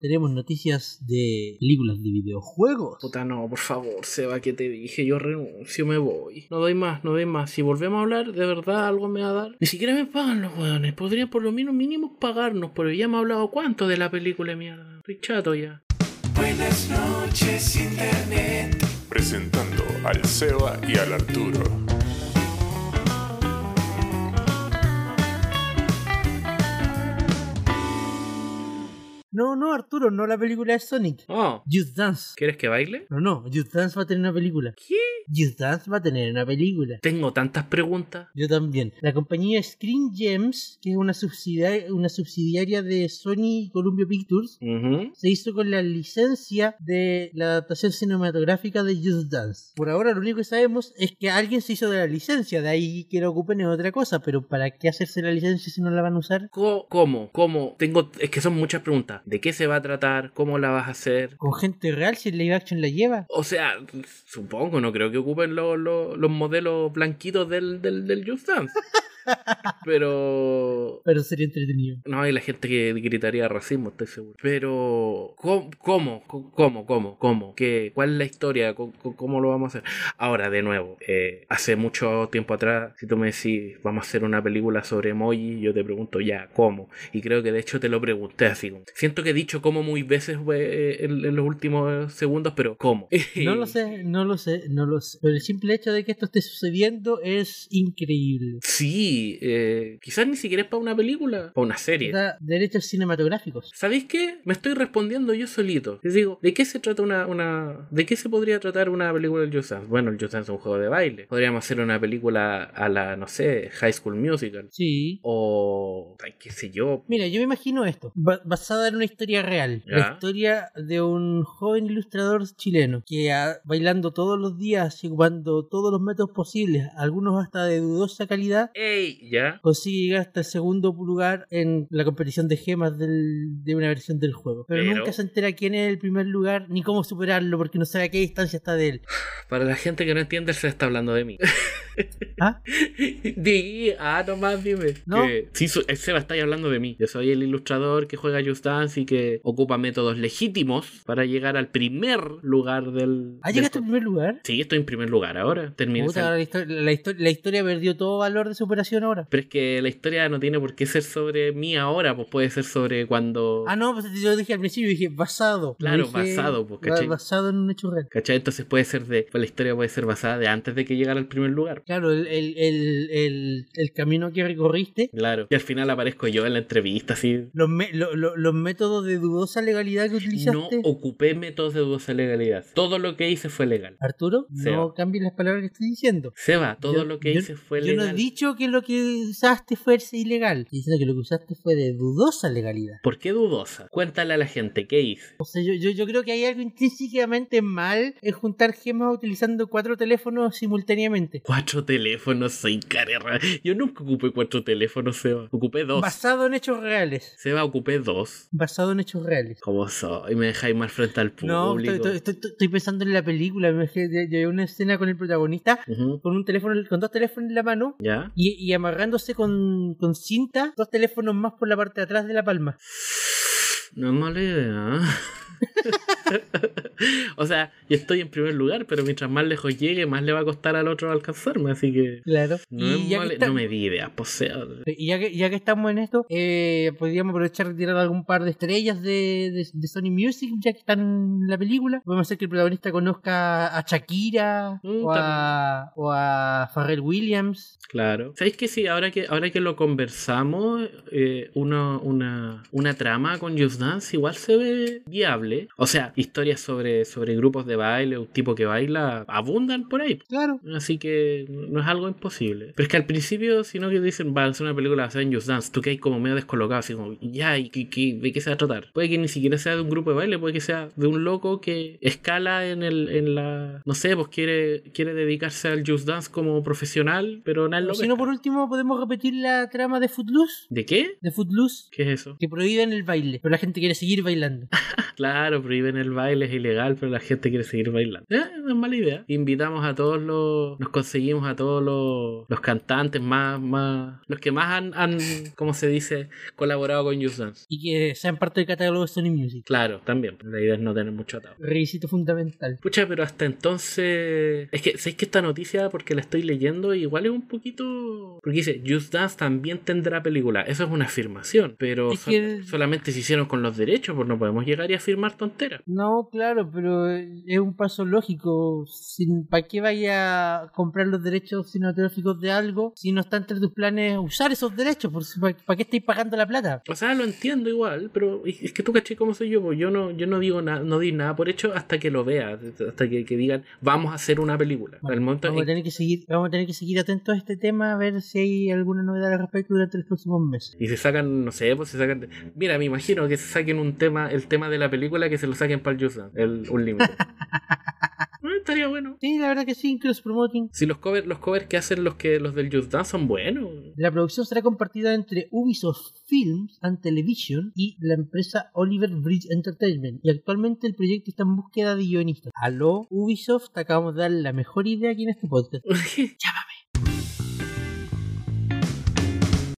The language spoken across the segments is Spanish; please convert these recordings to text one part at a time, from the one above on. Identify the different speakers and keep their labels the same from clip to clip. Speaker 1: tenemos noticias de películas de videojuegos.
Speaker 2: Puta, no, por favor, Seba, que te dije, yo renuncio, me voy. No doy más, no doy más. Si volvemos a hablar, de verdad algo me va a dar. Ni siquiera me pagan los weones. Podrían por lo menos mínimo pagarnos, pero ya me ha hablado cuánto de la película de mierda. Estoy chato ya.
Speaker 3: Buenas noches, Internet.
Speaker 4: Presentando al Seba y al Arturo.
Speaker 1: No, no, Arturo, no la película de Sonic.
Speaker 2: Oh,
Speaker 1: Just Dance.
Speaker 2: ¿quieres que baile?
Speaker 1: No, no, Just Dance va a tener una película.
Speaker 2: ¿Qué?
Speaker 1: Just Dance va a tener una película.
Speaker 2: Tengo tantas preguntas.
Speaker 1: Yo también. La compañía Screen Gems, que es una subsidiaria, una subsidiaria de Sony y Columbia Pictures,
Speaker 2: Ujú.
Speaker 1: se hizo con la licencia de la adaptación cinematográfica de Just Dance. Por ahora lo único que sabemos es que alguien se hizo de la licencia, de ahí que la ocupen es otra cosa, pero ¿para qué hacerse la licencia si no la van a usar?
Speaker 2: Co- ¿Cómo? ¿Cómo? Tengo. Es que son muchas preguntas. ¿De qué se va a tratar? ¿Cómo la vas a hacer?
Speaker 1: Con gente real si el live action la lleva.
Speaker 2: O sea, supongo, no creo que ocupen lo- lo- los modelos blanquitos del, del, del Just Dance. Pero.
Speaker 1: Pero sería entretenido.
Speaker 2: No, hay la gente que gritaría racismo, estoy seguro. Pero. ¿Cómo? ¿Cómo? ¿Cómo? ¿Cómo? cómo? ¿Qué, ¿Cuál es la historia? ¿Cómo, cómo- cómo lo vamos a hacer? Ahora, de nuevo, eh, hace mucho tiempo atrás, si tú me decís, vamos a hacer una película sobre emoji, yo te pregunto, ya, ¿cómo? Y creo que de hecho te lo pregunté así. como- Siento que he dicho cómo muy veces eh, en, en los últimos segundos, pero ¿cómo?
Speaker 1: No lo sé, no lo sé, no lo sé. Pero el simple hecho de que esto esté sucediendo es increíble.
Speaker 2: Sí, eh, quizás ni siquiera es para una película, para una serie.
Speaker 1: Da derechos cinematográficos.
Speaker 2: ¿Sabéis qué? Me estoy respondiendo yo solito. Les digo, ¿de qué se trata una, una... ¿De qué se podría tratar una película del Just Dance? Bueno, el Just Dance es un juego de baile. Podríamos hacer una película a la, no sé, High School Musical.
Speaker 1: Sí.
Speaker 2: O... ay, qué sé yo.
Speaker 1: Mira, yo me imagino esto, ba- basada en una historia real,
Speaker 2: Ya.
Speaker 1: la historia de un joven ilustrador chileno que ah, bailando todos los días y ocupando todos los métodos posibles, algunos hasta de dudosa calidad,
Speaker 2: ¡Ey! ¿Ya?
Speaker 1: consigue llegar hasta el segundo lugar en la competición de gemas del- de una versión del juego. Pero,
Speaker 2: Pero-
Speaker 1: nunca se entera quién es el primer lugar ni cómo superarlo porque no sabe a qué distancia está de él.
Speaker 2: Para la gente que no entiende, se está hablando de mí.
Speaker 1: ¿Ah?
Speaker 2: Di, ah, nomás dime.
Speaker 1: No.
Speaker 2: Que- sí, su- eh, Seba está ahí hablando de mí. Yo soy el ilustrador que juega Just Dance y que ocupa métodos legítimos para llegar al primer lugar del...
Speaker 1: ¿Ah,
Speaker 2: del
Speaker 1: llegaste al
Speaker 2: co-
Speaker 1: primer lugar?
Speaker 2: Sí, estoy en primer lugar ahora. Terminé.
Speaker 1: Puta,
Speaker 2: esa-
Speaker 1: ahora la, histo- la histo- la historia perdió todo valor de superación ahora.
Speaker 2: Pero es que la historia no tiene por qué ser sobre mí ahora, pues puede ser sobre cuando.
Speaker 1: Ah, no, pues yo dije al principio, dije basado. No
Speaker 2: Claro,
Speaker 1: dije-
Speaker 2: basado, pues, ¿cachai?
Speaker 1: Basado en un hecho real.
Speaker 2: ¿Cachai? Entonces puede ser de. pues la historia puede ser basada de antes de que llegara al primer lugar.
Speaker 1: Claro, el, el, el, el, el camino que recorriste,
Speaker 2: Claro. Y al final aparezco yo en la entrevista, así.
Speaker 1: los, me- lo- lo- los métodos de dudosa legalidad que
Speaker 2: No
Speaker 1: utilizaste.
Speaker 2: ocupé métodos de dudosa legalidad. Todo lo que hice fue legal.
Speaker 1: Arturo,
Speaker 2: Seba.
Speaker 1: no cambies las palabras que estoy diciendo.
Speaker 2: Seba, todo
Speaker 1: Yo-
Speaker 2: lo que
Speaker 1: yo-
Speaker 2: hice fue
Speaker 1: Yo no
Speaker 2: legal.
Speaker 1: he dicho que lo que usaste fuese ilegal. Estoy diciendo que lo que usaste fue de dudosa legalidad.
Speaker 2: ¿Por qué dudosa? Cuéntale a la gente, ¿qué hice?
Speaker 1: O sea, yo, yo, yo creo que hay algo intrínsecamente mal en juntar gemas utilizando cuatro teléfonos simultáneamente.
Speaker 2: Cuatro teléfonos, soy carerra. Yo nunca ocupé cuatro teléfonos, Seba. Ocupé dos.
Speaker 1: Basado en hechos reales.
Speaker 2: Seba, ocupé dos.
Speaker 1: Basado en hechos reales.
Speaker 2: ¿Cómo soy? Me dejáis más frente al público.
Speaker 1: No, estoy, estoy- estoy- estoy- estoy pensando en la película. me imagino que Yo vi una escena con el protagonista
Speaker 2: Ujú,
Speaker 1: con un teléfono, con dos teléfonos en la mano
Speaker 2: ¿Ya?
Speaker 1: y, y amarrándose con, con cinta dos teléfonos más por la parte de atrás de la palma.
Speaker 2: No es mala idea. o sea, yo estoy en primer lugar, pero mientras más lejos llegue, más le va a costar al otro alcanzarme, así que.
Speaker 1: Claro.
Speaker 2: No,
Speaker 1: y,
Speaker 2: es
Speaker 1: ya
Speaker 2: mala-
Speaker 1: que está-
Speaker 2: no me ah, pues, di ideas, posea.
Speaker 1: Eh, y ya que, ya que estamos en esto, eh, podríamos aprovechar de tirar algún par de estrellas de, de- de Sony Music, ya que están en la película. Podemos hacer que el protagonista conozca a Shakira
Speaker 2: Mm,
Speaker 1: o, a, o a Pharrell Williams.
Speaker 2: Claro. ¿Sabéis que sí? Ahora que, ahora que lo conversamos, eh, uno- una, una trama con Just Dance igual se ve viable. O sea, historias sobre, sobre grupos de baile, un tipo que baila, abundan por ahí.
Speaker 1: Claro.
Speaker 2: Así que no es algo imposible. Pero es que al principio, si no que dicen, va a ser una película basada en Just Dance, tú que hay como medio descolocado, así como, ya, ¿y qué, qué- de qué se va a tratar? Puede que ni siquiera sea de un grupo de baile, puede que sea de un loco que escala en el en la. No sé, pues quiere, quiere dedicarse al Just Dance como profesional, pero nadie lo
Speaker 1: O si no,
Speaker 2: pesca.
Speaker 1: por último, podemos repetir la trama de Footloose.
Speaker 2: ¿De qué?
Speaker 1: De Footloose.
Speaker 2: ¿Qué es eso?
Speaker 1: que prohíben el baile, pero la gente quiere seguir bailando.
Speaker 2: Claro, prohíben el baile, es ilegal, pero la gente quiere seguir bailando. Eh, no es mala idea. Invitamos a todos los. Nos conseguimos a todos los, los cantantes más, más. Los que más han, han, ¿cómo se dice? Colaborado con Just Dance.
Speaker 1: Y que sean parte del catálogo de Sony Music.
Speaker 2: Claro, también. La idea es no tener mucho atado.
Speaker 1: Requisito fundamental.
Speaker 2: Pucha, pero hasta entonces. Es que, ¿sabéis que esta noticia, porque la estoy leyendo, igual es un poquito. Porque dice, Just Dance también tendrá película. Eso es una afirmación, pero
Speaker 1: Es
Speaker 2: so-
Speaker 1: que-
Speaker 2: solamente se hicieron con los derechos, pues no podemos llegar y afirmar tonteras.
Speaker 1: No, claro, pero eh, es un paso lógico. ¿Para qué vaya a comprar los derechos cinematográficos de algo si no está entre tus planes usar esos derechos? ¿Para qué estáis pagando la plata?
Speaker 2: O sea, lo entiendo igual, pero es que tú caché cómo soy yo, pues yo no, yo no digo nada, no di nada por hecho hasta que lo vea, hasta que, que digan vamos a hacer una película.
Speaker 1: Bueno,
Speaker 2: Al momento
Speaker 1: vamos, a
Speaker 2: en-
Speaker 1: tener que seguir, vamos a tener que seguir atentos a este tema a ver si hay alguna novedad al respecto durante los próximos meses.
Speaker 2: y se sacan, no sé, pues se sacan. Mira, me imagino que se saquen un tema, el tema de la película que se lo saquen para el Yusa, el un límite. Eh, estaría bueno.
Speaker 1: Sí, la verdad que sí, cross promoting.
Speaker 2: Si los covers, los covers que hacen los que los del Just Dance son buenos.
Speaker 1: La producción será compartida entre Ubisoft Films and Television y la empresa Oliver Bridge Entertainment. Y actualmente el proyecto está en búsqueda de guionistas. Aló, Ubisoft, te acabamos de dar la mejor idea aquí en este podcast.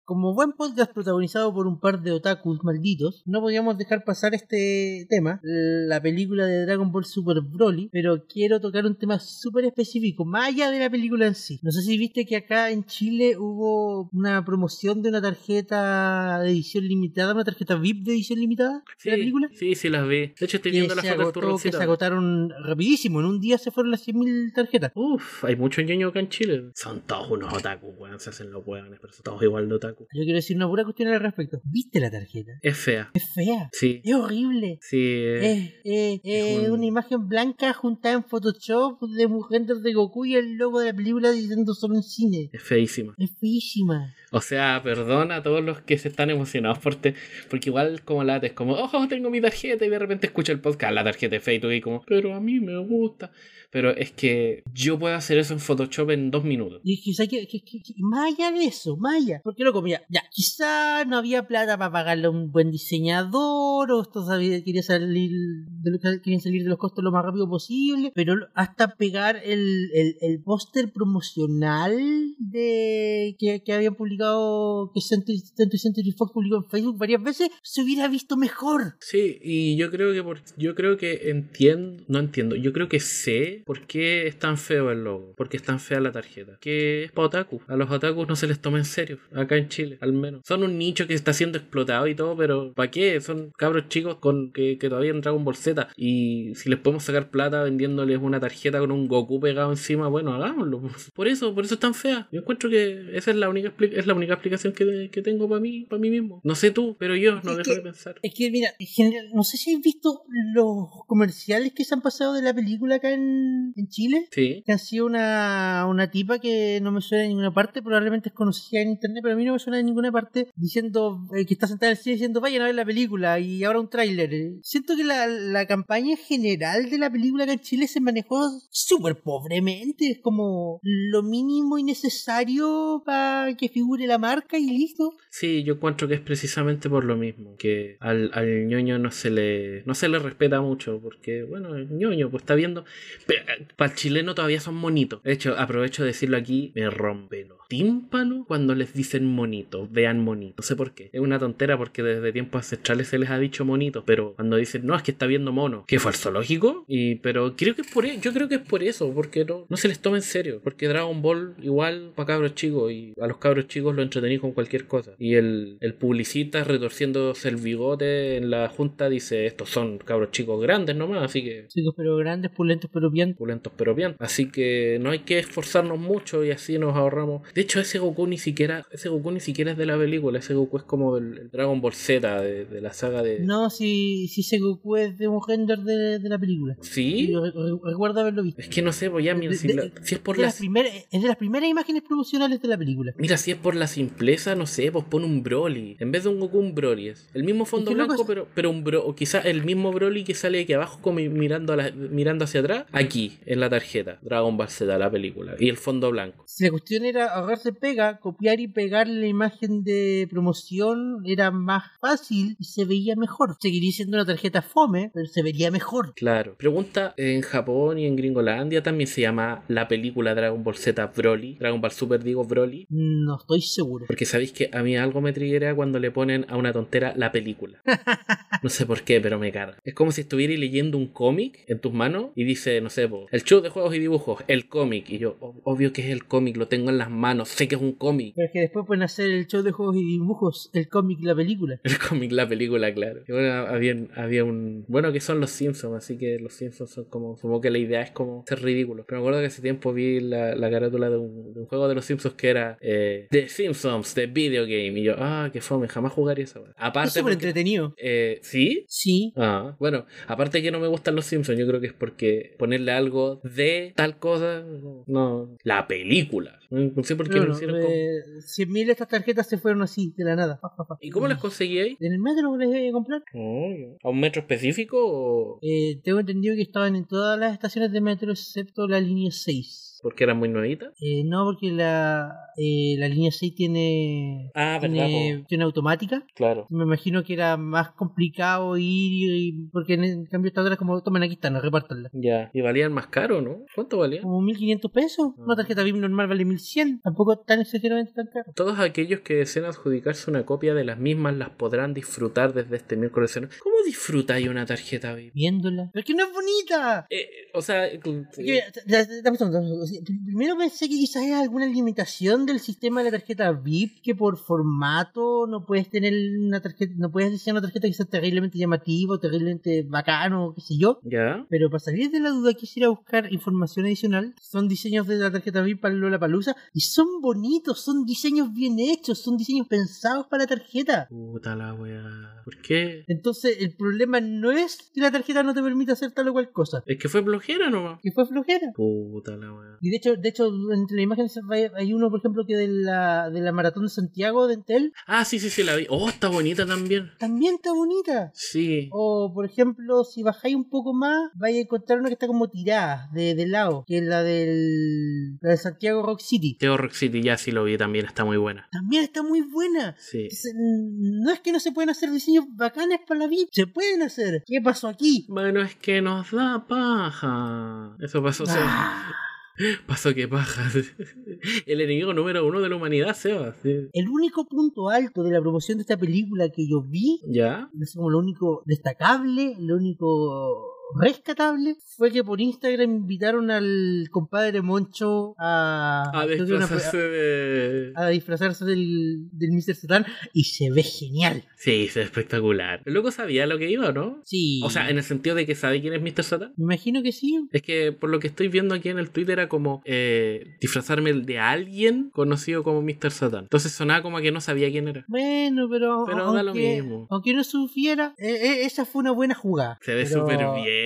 Speaker 1: Como buen podcast protagonizado por un par de otakus malditos, no podíamos dejar pasar este tema, la película de Dragon Ball Super Broly, pero quiero tocar un tema súper específico, más allá de la película en sí. No sé si viste que acá en Chile hubo una promoción de una tarjeta de edición limitada, una tarjeta VIP de edición limitada
Speaker 2: Sí,
Speaker 1: de la película.
Speaker 2: sí, sí, las vi. De hecho, estoy viendo
Speaker 1: que
Speaker 2: las
Speaker 1: se,
Speaker 2: fotos de tu
Speaker 1: agotó, que se
Speaker 2: Rosita.
Speaker 1: agotaron rapidísimo, en un día se fueron las 100.000 tarjetas.
Speaker 2: Uf, hay mucho ñoño acá en Chile. Son todos unos otaku, weón. Se hacen los weones, pero son todos igual de otaku.
Speaker 1: Yo quiero decir una pura cuestión al respecto. ¿Viste la tarjeta?
Speaker 2: Es fea.
Speaker 1: Es fea,
Speaker 2: Sí.
Speaker 1: es horrible.
Speaker 2: Sí. eh.
Speaker 1: Eh, eh,
Speaker 2: es
Speaker 1: eh,
Speaker 2: un-
Speaker 1: una imagen blanca juntada en Photoshop de mujeres de Goku y el logo de la película diciendo solo en cine.
Speaker 2: Es feísima.
Speaker 1: Es feísima.
Speaker 2: O sea, perdona a todos los que se están emocionados por te- porque igual como late, es como, oh, tengo mi tarjeta y de repente escucho el podcast, la tarjeta de Facebook y como, pero a mí me gusta. Pero es que yo puedo hacer eso en Photoshop en dos minutos.
Speaker 1: Y quizá que, que- que- que- más allá de eso, más allá. Porque loco, mira, ya, quizá no había plata para pagarle a un buen diseñador, o esto sabía, quería salir de lo que- querían salir de los costos lo más rápido posible, pero lo- hasta pegar el, el, el póster promocional de que, que habían publicado, que Century, Century- Century Fox publicó en Facebook varias veces, se hubiera visto mejor.
Speaker 2: Sí, y yo creo que por, yo creo que entiendo, no entiendo, yo creo que sé por qué es tan feo el logo, por qué es tan fea la tarjeta, que es para otaku, a los otakus no se les toma en serio, acá en Chile, al menos. Son un nicho que está siendo explotado y todo, pero ¿para qué? Son cabros chicos con que, que todavía en Dragon Ball Z y si les podemos sacar plata vendiéndoles una tarjeta con un Goku pegado encima, bueno, hagámoslo. Por eso, por eso es tan fea. Yo encuentro que esa es la única expli- es la única explicación que, que tengo para mí, para mí mismo. No sé tú, pero yo no
Speaker 1: Es
Speaker 2: dejo
Speaker 1: que-
Speaker 2: de pensar.
Speaker 1: Es que, mira, en general, no sé si habéis visto los comerciales que se han pasado de la película acá en, en Chile.
Speaker 2: Sí.
Speaker 1: que ha sido una, una tipa que no me suena de ninguna parte, probablemente es conocida en internet, pero a mí no me suena de ninguna parte, diciendo eh, que está sentada en el cine diciendo vayan a ver la película y ahora un tráiler. eh. Siento que la, la campaña general de la película acá en Chile se manejó súper pobremente, es como lo mínimo y necesario para que figure la marca y listo.
Speaker 2: Sí, yo encuentro que es precisamente por lo mismo, que al, al ñoño no se le no se le respeta mucho, porque bueno, el ñoño pues está viendo, para el eh, chileno todavía son monitos. De hecho, aprovecho de decirlo aquí, me rompen los tímpanos cuando les dicen monito, vean monito, no sé por qué. Es una tontera porque desde tiempos ancestrales se les ha dicho monito, pero cuando dicen, "No, es que está viendo mono", que fue al zoológico y pero creo que es por e- yo creo que es por eso, porque no no se les toma en serio, porque Dragon Ball igual para cabros chicos y a los cabros chicos lo entretenís con cualquier cosa. Y el, el publicista retorciéndose el bigote en la junta dice, "Estos son cabros chicos grandes nomás", así que
Speaker 1: Chicos, pero grandes, pulentos, pero bien.
Speaker 2: pulentos pero bien. Así que no hay que esforzarnos mucho y así nos ahorramos. De hecho, ese Goku ni siquiera, ese Goku ni siquiera es de la película, ese Goku es como el, el Dragon Ball Z de, de la saga de.
Speaker 1: No, si, si se Goku es de un render de, de la película.
Speaker 2: ¿Sí?
Speaker 1: Yo re- re- recuerdo haberlo visto.
Speaker 2: Es que no sé, pues ya mira,
Speaker 1: De-
Speaker 2: si,
Speaker 1: de-
Speaker 2: la- si es por
Speaker 1: de
Speaker 2: la
Speaker 1: las primeras, es de las primeras imágenes promocionales de la película.
Speaker 2: Mira, si es por la simpleza, no sé, pues pon un Broly. En vez de un Goku, un Broly es. El mismo fondo
Speaker 1: Es que loco,
Speaker 2: blanco,
Speaker 1: es-
Speaker 2: pero, pero un Bro. O quizás el mismo Broly que sale aquí abajo, como mirando, a la- mirando hacia atrás, aquí, en la tarjeta. Dragon Ball Z, la película. Y el fondo blanco.
Speaker 1: Si la cuestión era cargarse pega, copiar y pegar la imagen de promoción era más fácil y se veía mejor. Seguiría siendo una tarjeta fome, pero se vería mejor.
Speaker 2: Claro. Pregunta, en Japón y en Gringolandia también se llama la película Dragon Ball Z Broly, Dragon Ball Super digo Broly,
Speaker 1: No estoy seguro.
Speaker 2: porque sabéis que a mí algo me triguea cuando le ponen a una tontera la película. No sé por qué, pero me carga. Es como si estuviera leyendo un cómic en tus manos y dice, no sé, po, el show de juegos y dibujos, el cómic. Y yo, "Ob- obvio que es el cómic, lo tengo en las manos, sé que es un cómic.
Speaker 1: Pero es que después pueden hacer el show de juegos y dibujos, el cómic, la película.
Speaker 2: El cómic, la película, claro. Y bueno, había, había un... Bueno, que son los Simpsons, así que los Simpsons son como... Supongo que la idea es como ser ridículo. Pero me acuerdo que hace tiempo vi la, la carátula de un, de un juego de los Simpsons que era eh, The Simpsons, The Video Game. Y yo, ah, qué fome, jamás jugaría esa. weá".
Speaker 1: Es
Speaker 2: Aparte...
Speaker 1: súper
Speaker 2: porque-
Speaker 1: entretenido.
Speaker 2: eh, ¿Sí?
Speaker 1: Sí.
Speaker 2: Ah, bueno, aparte que no me gustan los Simpsons, yo creo que es porque ponerle algo de tal cosa, no. La película. No sé por qué lo
Speaker 1: Bueno,
Speaker 2: hicieron. con-
Speaker 1: eh, 100.000 de estas tarjetas se fueron así, de la nada. Pa, pa, pa.
Speaker 2: ¿Y cómo las conseguí ahí?
Speaker 1: ¿En el metro que les voy a comprar?
Speaker 2: ¿A un metro específico o.?
Speaker 1: Eh, tengo entendido que estaban en todas las estaciones de metro excepto la línea 6.
Speaker 2: Porque era muy nuevita.
Speaker 1: Eh, no, porque la, eh, la línea 6 tiene,
Speaker 2: Ah,
Speaker 1: tiene, tiene automática.
Speaker 2: Claro.
Speaker 1: Me imagino que era más complicado ir y, y- porque en, en cambio esta otra es como, tomen aquí están, no, repártanla.
Speaker 2: Ya. Y valían más caro, ¿no? ¿Cuánto valían?
Speaker 1: Como 1500 pesos. Una tarjeta VIP normal vale 1100. Tampoco es tan exageradamente tan caro.
Speaker 2: Todos aquellos que deseen adjudicarse una copia de las mismas las podrán disfrutar desde este miércoles. de noche. ¿Cómo disfrutáis una tarjeta VIP?
Speaker 1: Viéndola. Pero es que no es bonita.
Speaker 2: Eh, o sea,
Speaker 1: Porque, mira, da- da- dame un segundo, dame un segundo. O sea, pr- Primero pensé que quizás es alguna limitación del sistema de la tarjeta VIP que por formato no puedes tener una tarjeta, no puedes diseñar una tarjeta que sea terriblemente llamativo, terriblemente bacano, qué sé yo.
Speaker 2: ya.
Speaker 1: Pero para salir de la duda quisiera buscar información adicional. Son diseños de la tarjeta VIP para Lola Palusa y son bonitos, son diseños bien hechos, son diseños pensados para la tarjeta.
Speaker 2: Puta la wea. ¿Por qué?
Speaker 1: Entonces el problema no es que la tarjeta no te permita hacer tal o cual cosa,
Speaker 2: Es que fue blojera nomás.
Speaker 1: que fue flojera.
Speaker 2: Puta la wea.
Speaker 1: Y de hecho, de hecho entre las imágenes hay- hay uno, por ejemplo, que de la, de la maratón de Santiago de Entel
Speaker 2: Ah, sí, sí, sí, la vi. Oh, está bonita también.
Speaker 1: también está bonita.
Speaker 2: Sí.
Speaker 1: O, por ejemplo, si bajáis un poco más, vais a encontrar una que está como tirada de, de lado, que es la, del, la de Santiago Rock City.
Speaker 2: Teo Rock City, ya sí lo vi también, está muy buena.
Speaker 1: También está muy buena.
Speaker 2: Sí.
Speaker 1: Es- No es que no se pueden hacer diseños bacanes para la VIP, se pueden hacer. ¿Qué pasó aquí?
Speaker 2: Bueno, es que nos da paja. Eso pasó, Seba.
Speaker 1: Ah,
Speaker 2: Pasó que paja. El enemigo número uno de la humanidad, Seba. Sí.
Speaker 1: el único punto alto de la promoción de esta película que yo vi
Speaker 2: ¿Ya?
Speaker 1: es como lo único destacable, lo único rescatable, fue que por Instagram invitaron al compadre Moncho a,
Speaker 2: A
Speaker 1: creo que Ah, una-
Speaker 2: desplazarse de...
Speaker 1: a- a disfrazarse del, del Mr. Satan y se ve genial.
Speaker 2: Sí, es espectacular. El loco sabía lo que iba, ¿no?
Speaker 1: Sí.
Speaker 2: O sea, en el sentido de que sabe quién es Mr. Satan.
Speaker 1: me imagino que sí.
Speaker 2: Es que por lo que estoy viendo aquí en el Twitter era como eh, disfrazarme de alguien conocido como Mr. Satan. Entonces sonaba como que no sabía quién era.
Speaker 1: Bueno, pero,
Speaker 2: Pero
Speaker 1: aunque,
Speaker 2: da lo mismo.
Speaker 1: aunque no supiera, eh, eh, esa fue una buena jugada.
Speaker 2: Se ve
Speaker 1: Pero
Speaker 2: súper bien.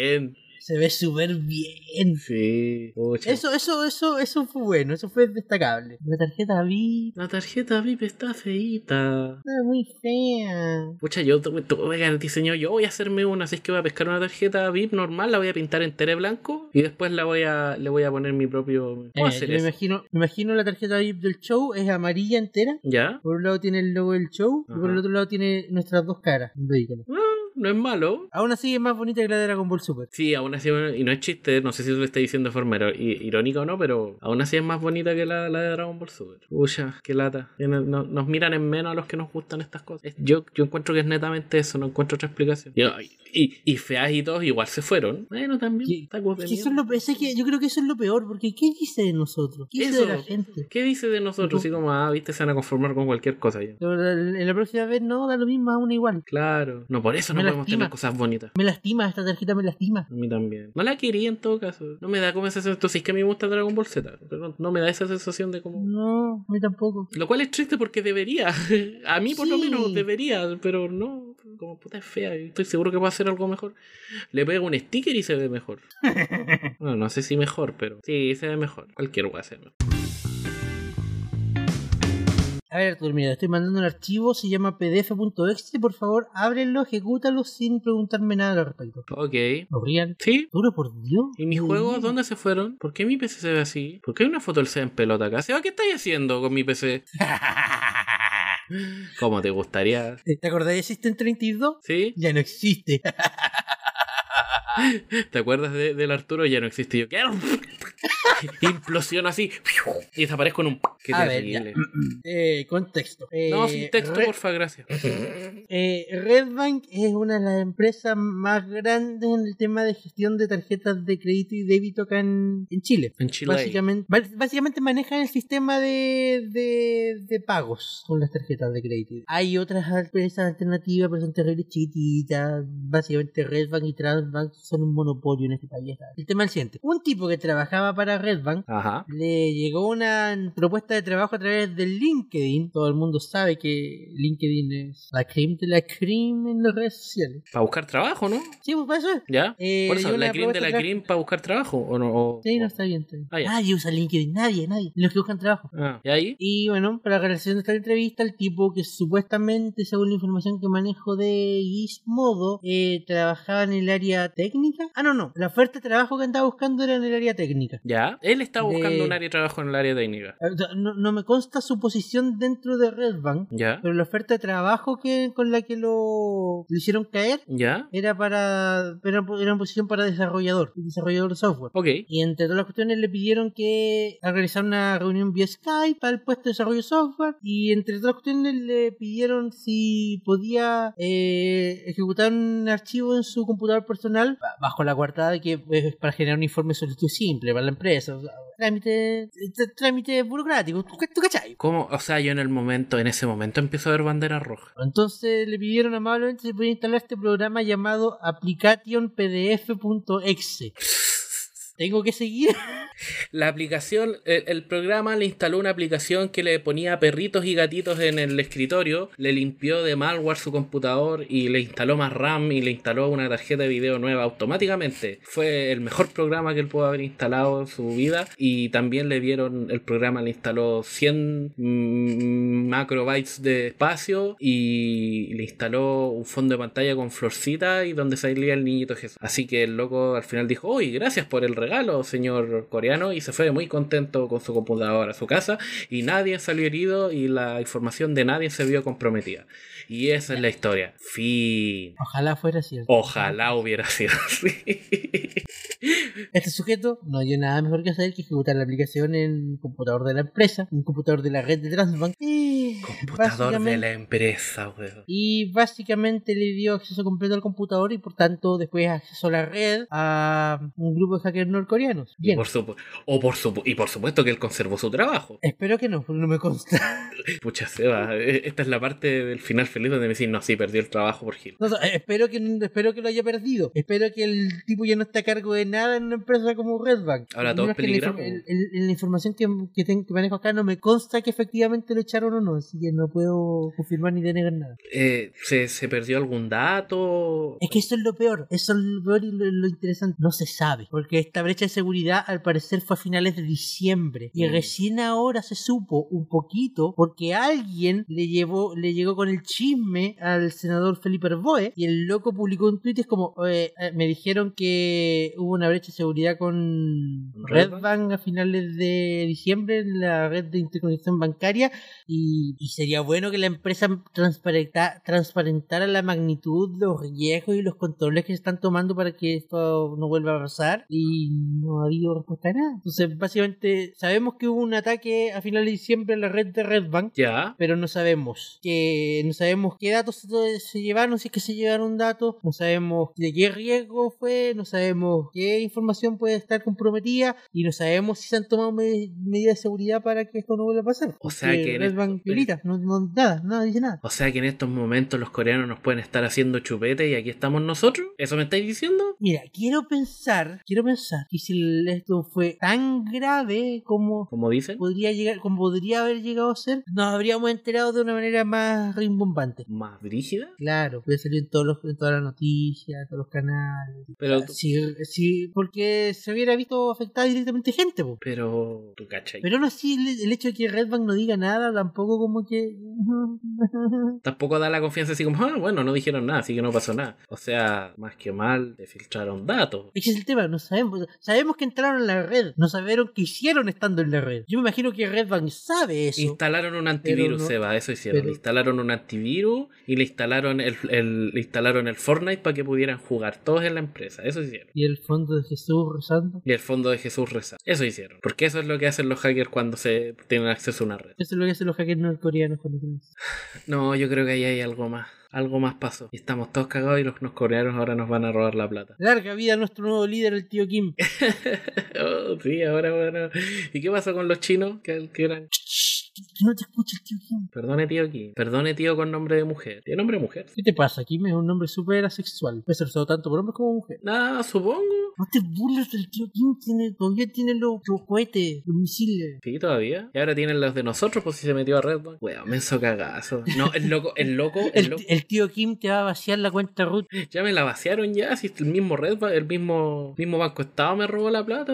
Speaker 1: Se ve súper bien.
Speaker 2: Sí. Pucha.
Speaker 1: Eso, eso, eso, eso fue bueno, eso fue destacable. La tarjeta VIP
Speaker 2: La tarjeta VIP está feíta.
Speaker 1: está muy fea.
Speaker 2: Pucha, yo tuve tuve el diseño, yo voy a hacerme una, así es que voy a pescar una tarjeta VIP normal, la voy a pintar entera de blanco y después la voy a, le voy a poner mi propio... ¿Cómo
Speaker 1: Eh,
Speaker 2: hacer
Speaker 1: yo me
Speaker 2: eso?
Speaker 1: imagino, me imagino la tarjeta VIP del show es amarilla entera.
Speaker 2: ¿Ya?
Speaker 1: Por un lado tiene el logo del show y por el
Speaker 2: Ajá.
Speaker 1: otro lado tiene nuestras dos caras. Ridículo.
Speaker 2: Ah, no es malo.
Speaker 1: Aún así es más bonita que la de Dragon Ball Super.
Speaker 2: Sí, aún así, bueno, y no es chiste, no sé si lo estoy diciendo de forma iro- i- irónica o no, pero aún así es más bonita que la, la de Dragon Ball Super. Uya, qué lata. Que no- no- nos miran en menos a los que nos gustan estas cosas. Es- yo, yo encuentro que es netamente eso, no encuentro otra explicación. Yo- y, y feas y todos igual se fueron. Bueno,
Speaker 1: ¿Qué-
Speaker 2: también. tacos de
Speaker 1: Que eso es
Speaker 2: mierda.
Speaker 1: lo- es que yo creo que eso es lo peor, porque ¿qué dice de nosotros? ¿Qué dice
Speaker 2: Eso.
Speaker 1: de la gente?
Speaker 2: ¿Qué dice de nosotros? Así como, ah, viste, se van a conformar con cualquier cosa. ya.
Speaker 1: Pero la- En la próxima vez no, da lo mismo, a una igual.
Speaker 2: Claro. No, por eso no
Speaker 1: Me
Speaker 2: podemos
Speaker 1: lastima.
Speaker 2: tener cosas bonitas.
Speaker 1: Me lastima, esta tarjeta me lastima.
Speaker 2: A mí también. No la quería en todo caso. No me da como esa sensación. Si es que a mí me gusta Dragon Ball Z. Pero no, no me da esa sensación de como.
Speaker 1: No, a mí tampoco.
Speaker 2: Lo cual es triste porque debería. A mí por lo
Speaker 1: Sí.
Speaker 2: menos debería, pero no. Como puta es fea. y Estoy seguro que va a hacer algo mejor. Le pego un sticker y se ve mejor. Bueno, no sé si mejor, pero sí, se ve mejor. Cualquier wea se ve mejor.
Speaker 1: A ver, Arturo, mira, estoy mandando un archivo, se llama pdf.exe, por favor, ábrelo, ejecútalo sin preguntarme nada al respecto.
Speaker 2: Ok.
Speaker 1: ¿No rían?
Speaker 2: Sí.
Speaker 1: Arturo, por Dios.
Speaker 2: ¿Y mis
Speaker 1: Uy.
Speaker 2: juegos dónde se fueron? ¿Por qué mi PC se ve así? ¿Por qué hay una foto del C en pelota acá? Seba, ¿qué estáis haciendo con mi PC? ¿Cómo te gustaría?
Speaker 1: Eh, ¿Te acordás de System 32?
Speaker 2: ¿Sí?
Speaker 1: Ya no existe.
Speaker 2: ¿Te acuerdas de- del Arturo? Ya no existe yo. ¡Quiero! Implosiono así y desaparezco en un. ¡Qué
Speaker 1: A ver,
Speaker 2: terrible!
Speaker 1: Eh, contexto. Eh,
Speaker 2: No, sin texto,
Speaker 1: Red,
Speaker 2: porfa, gracias.
Speaker 1: eh, Red Bank es una de las empresas más grandes en el tema de gestión de tarjetas de crédito y débito acá en, en Chile.
Speaker 2: En Chile.
Speaker 1: Básicamente, bas- básicamente manejan el sistema de, de, de pagos con las tarjetas de crédito. Hay otras empresas alternativas, pero son terribles chiquititas. Básicamente Redbank y Transbank son un monopolio en este país. El tema es el siguiente. Un tipo que trabajaba para Redbank
Speaker 2: Ajá.
Speaker 1: le llegó una propuesta de trabajo a través de LinkedIn. Todo el mundo sabe que LinkedIn es la cream de la cream en las redes sociales.
Speaker 2: Para buscar trabajo, ¿no?
Speaker 1: Sí, pues para eso es.
Speaker 2: ¿Ya?
Speaker 1: Eh,
Speaker 2: Por
Speaker 1: le
Speaker 2: eso,
Speaker 1: llegó
Speaker 2: la
Speaker 1: una
Speaker 2: cream de
Speaker 1: propuesta
Speaker 2: la
Speaker 1: de tra-
Speaker 2: cream para buscar trabajo, ¿o no? O-
Speaker 1: Sí, no está bien. está bien.
Speaker 2: Ah, ya.
Speaker 1: Nadie usa LinkedIn, nadie, nadie. Los que buscan trabajo.
Speaker 2: Ah, ¿Y ahí?
Speaker 1: Y bueno, para la realización de esta entrevista, el tipo que supuestamente, según la información que manejo de Gizmodo, eh, trabajaba en el área técnica. Ah, no, no. La oferta de trabajo que andaba buscando era en el área técnica.
Speaker 2: ¿Ya? Él está buscando
Speaker 1: De-
Speaker 2: un área de trabajo en el área técnica.
Speaker 1: Eh, No, no me consta su posición dentro de Red Bank,
Speaker 2: ¿Ya?
Speaker 1: pero la oferta de trabajo que, con la que lo, lo hicieron caer
Speaker 2: ¿Ya?
Speaker 1: era para era, era una posición para desarrollador, desarrollador de software.
Speaker 2: Ok.
Speaker 1: Y entre todas las cuestiones le pidieron que realizara una reunión vía Skype para el puesto de desarrollo de software. Y entre todas las cuestiones le pidieron si podía eh, ejecutar un archivo en su computador personal ba- bajo la coartada de que pues, es para generar un informe de solicitud simple para la empresa. o sea, trámite, tr- trámite burocrático. ¿Tú, ca- tú cachai?
Speaker 2: ¿Cómo? O sea, yo en el momento, en ese momento empiezo a ver bandera roja.
Speaker 1: Entonces le pidieron amablemente si podía instalar este programa llamado applicationpdf.exe. Tengo que seguir.
Speaker 2: La aplicación, el, el programa le instaló una aplicación que le ponía perritos y gatitos en el escritorio, le limpió de malware su computador y le instaló más RAM y le instaló una tarjeta de video nueva automáticamente. Fue el mejor programa que él pudo haber instalado en su vida y también le dieron, el programa le instaló 100 mm, macrobytes de espacio y le instaló un fondo de pantalla con florcita y donde salía el niñito Jesús. Así que el loco al final dijo, uy, gracias por el regalo, señor coreano, y se fue muy contento con su computadora a su casa y nadie salió herido y la información de nadie se vio comprometida. Y esa es la historia. Fin.
Speaker 1: Ojalá fuera
Speaker 2: Oh.
Speaker 1: cierto.
Speaker 2: Ojalá hubiera sido así.
Speaker 1: Este sujeto no dio nada mejor que hacer que ejecutar la aplicación en computador de la empresa, en computador de la red de Transbank. Y
Speaker 2: Computador de
Speaker 1: básicamente-
Speaker 2: la empresa, weón.
Speaker 1: Y básicamente le dio acceso completo al computador y por tanto después acceso a la red a un grupo de hackers norcoreanos.
Speaker 2: Y
Speaker 1: Bien.
Speaker 2: por, supu- o por supu- y por supuesto que él conservó su trabajo.
Speaker 1: Espero que no, porque no me consta.
Speaker 2: Pucha Seba, eh, esta es la parte del final feliz donde me dicen, no, sí, perdió el trabajo por Gil.
Speaker 1: No, no, eh, espero, que, espero que lo haya perdido. Espero que el tipo ya no esté a cargo de nada en una empresa como Red Bank.
Speaker 2: Ahora
Speaker 1: Al
Speaker 2: todos
Speaker 1: menos que la infor-
Speaker 2: peligramos.
Speaker 1: el- el- En la información que, que, ten- que manejo acá no me consta que efectivamente lo echaron o no, así que no puedo confirmar ni denegar nada.
Speaker 2: Eh, ¿se, se perdió algún dato?
Speaker 1: Es que eso es lo peor, eso es lo peor y lo, lo interesante. No se sabe, porque esta brecha de seguridad al parecer fue a finales de diciembre y
Speaker 2: Mm.
Speaker 1: recién ahora se supo un poquito porque alguien le llevó, le llegó con el chisme al senador Felipe Arboe y el loco publicó un tweet es como eh, eh, me dijeron que hubo una brecha de seguridad con
Speaker 2: ¿Red
Speaker 1: Red Bank a finales de diciembre en la red de interconexión bancaria y, y sería bueno que la empresa transparenta- transparentara la magnitud, los riesgos y los controles que se están tomando para que esto no vuelva a pasar. Y no ha habido respuesta de nada. Entonces, básicamente, sabemos que hubo un ataque a finales de diciembre en la red de Red Bank.
Speaker 2: Ya.
Speaker 1: Pero no sabemos que no sabemos qué datos se- se llevaron, si es que se llevaron datos, no sabemos de qué riesgo fue, no sabemos qué información puede estar comprometida y no sabemos si se han tomado me- medidas de seguridad para que esto no vuelva a pasar.
Speaker 2: O sea
Speaker 1: Porque
Speaker 2: que en
Speaker 1: Red
Speaker 2: esto-
Speaker 1: Bank piolita, no, no- nada, nada dice nada.
Speaker 2: O sea que en estos momentos los coreanos nos pueden estar haciendo chupete y aquí estamos nosotros. ¿Eso me estáis diciendo?
Speaker 1: Mira, quiero pensar, quiero pensar que si el- esto fue tan grave como
Speaker 2: Como dicen.
Speaker 1: podría llegar, como podría haber llegado a ser, nos habríamos enterado de una manera más rimbombante.
Speaker 2: ¿Más brígida?
Speaker 1: Claro, puede salir en, todos los, en todas las noticias, en todos los canales.
Speaker 2: Pero tú-
Speaker 1: Si, si y porque se hubiera visto afectada directamente gente, po.
Speaker 2: Pero tú cachai.
Speaker 1: Pero no así el, el hecho de que Red Bank no diga nada tampoco como que...
Speaker 2: Tampoco da la confianza así como, ah, bueno, no dijeron nada, así que no pasó nada. O sea, más que mal, te filtraron datos.
Speaker 1: Ese es el tema, no sabemos. Sabemos que entraron en la red, no sabieron qué hicieron estando en la red. Yo me imagino que Red Bank sabe eso.
Speaker 2: Instalaron un antivirus,
Speaker 1: no-
Speaker 2: Seba, eso hicieron.
Speaker 1: pero-
Speaker 2: Le instalaron un antivirus y le instalaron el, el- le instalaron el Fortnite para que pudieran jugar todos en la empresa. Eso hicieron.
Speaker 1: Y el fondo de Jesús rezando.
Speaker 2: Y el fondo de Jesús reza. Eso hicieron. Porque eso es lo que hacen los hackers cuando se tienen acceso a una red.
Speaker 1: Eso es lo que hacen los hackers norcoreanos cuando hacen eso.
Speaker 2: No, yo creo que ahí hay algo más. Algo más pasó. Y estamos todos cagados y los, los coreanos ahora nos van a robar la plata.
Speaker 1: Larga vida a nuestro nuevo líder, el tío Kim.
Speaker 2: Oh, sí, ahora bueno. ¿Y qué pasa con los chinos? Que, que eran.
Speaker 1: Que no te escucha el tío Kim.
Speaker 2: Perdone, tío aquí. Perdone, tío con nombre de mujer. ¿Tiene nombre de mujer?
Speaker 1: ¿Qué te pasa? Kim es un hombre súper asexual. Puede ser usado tanto por hombres como mujeres.
Speaker 2: Nada, supongo.
Speaker 1: No te burles del tío Kim. Tiene, todavía tiene los, los cohetes, los misiles.
Speaker 2: Sí, todavía. Y ahora tienen los de nosotros, pues si se metió a Red Bull. Weón, menso cagazo. No, el loco, el loco, el
Speaker 1: El,
Speaker 2: loco.
Speaker 1: el tío Kim te va a vaciar la cuenta root.
Speaker 2: Ya me la vaciaron ya, si el mismo Red Bank, el mismo, mismo Banco Estado me robó la plata.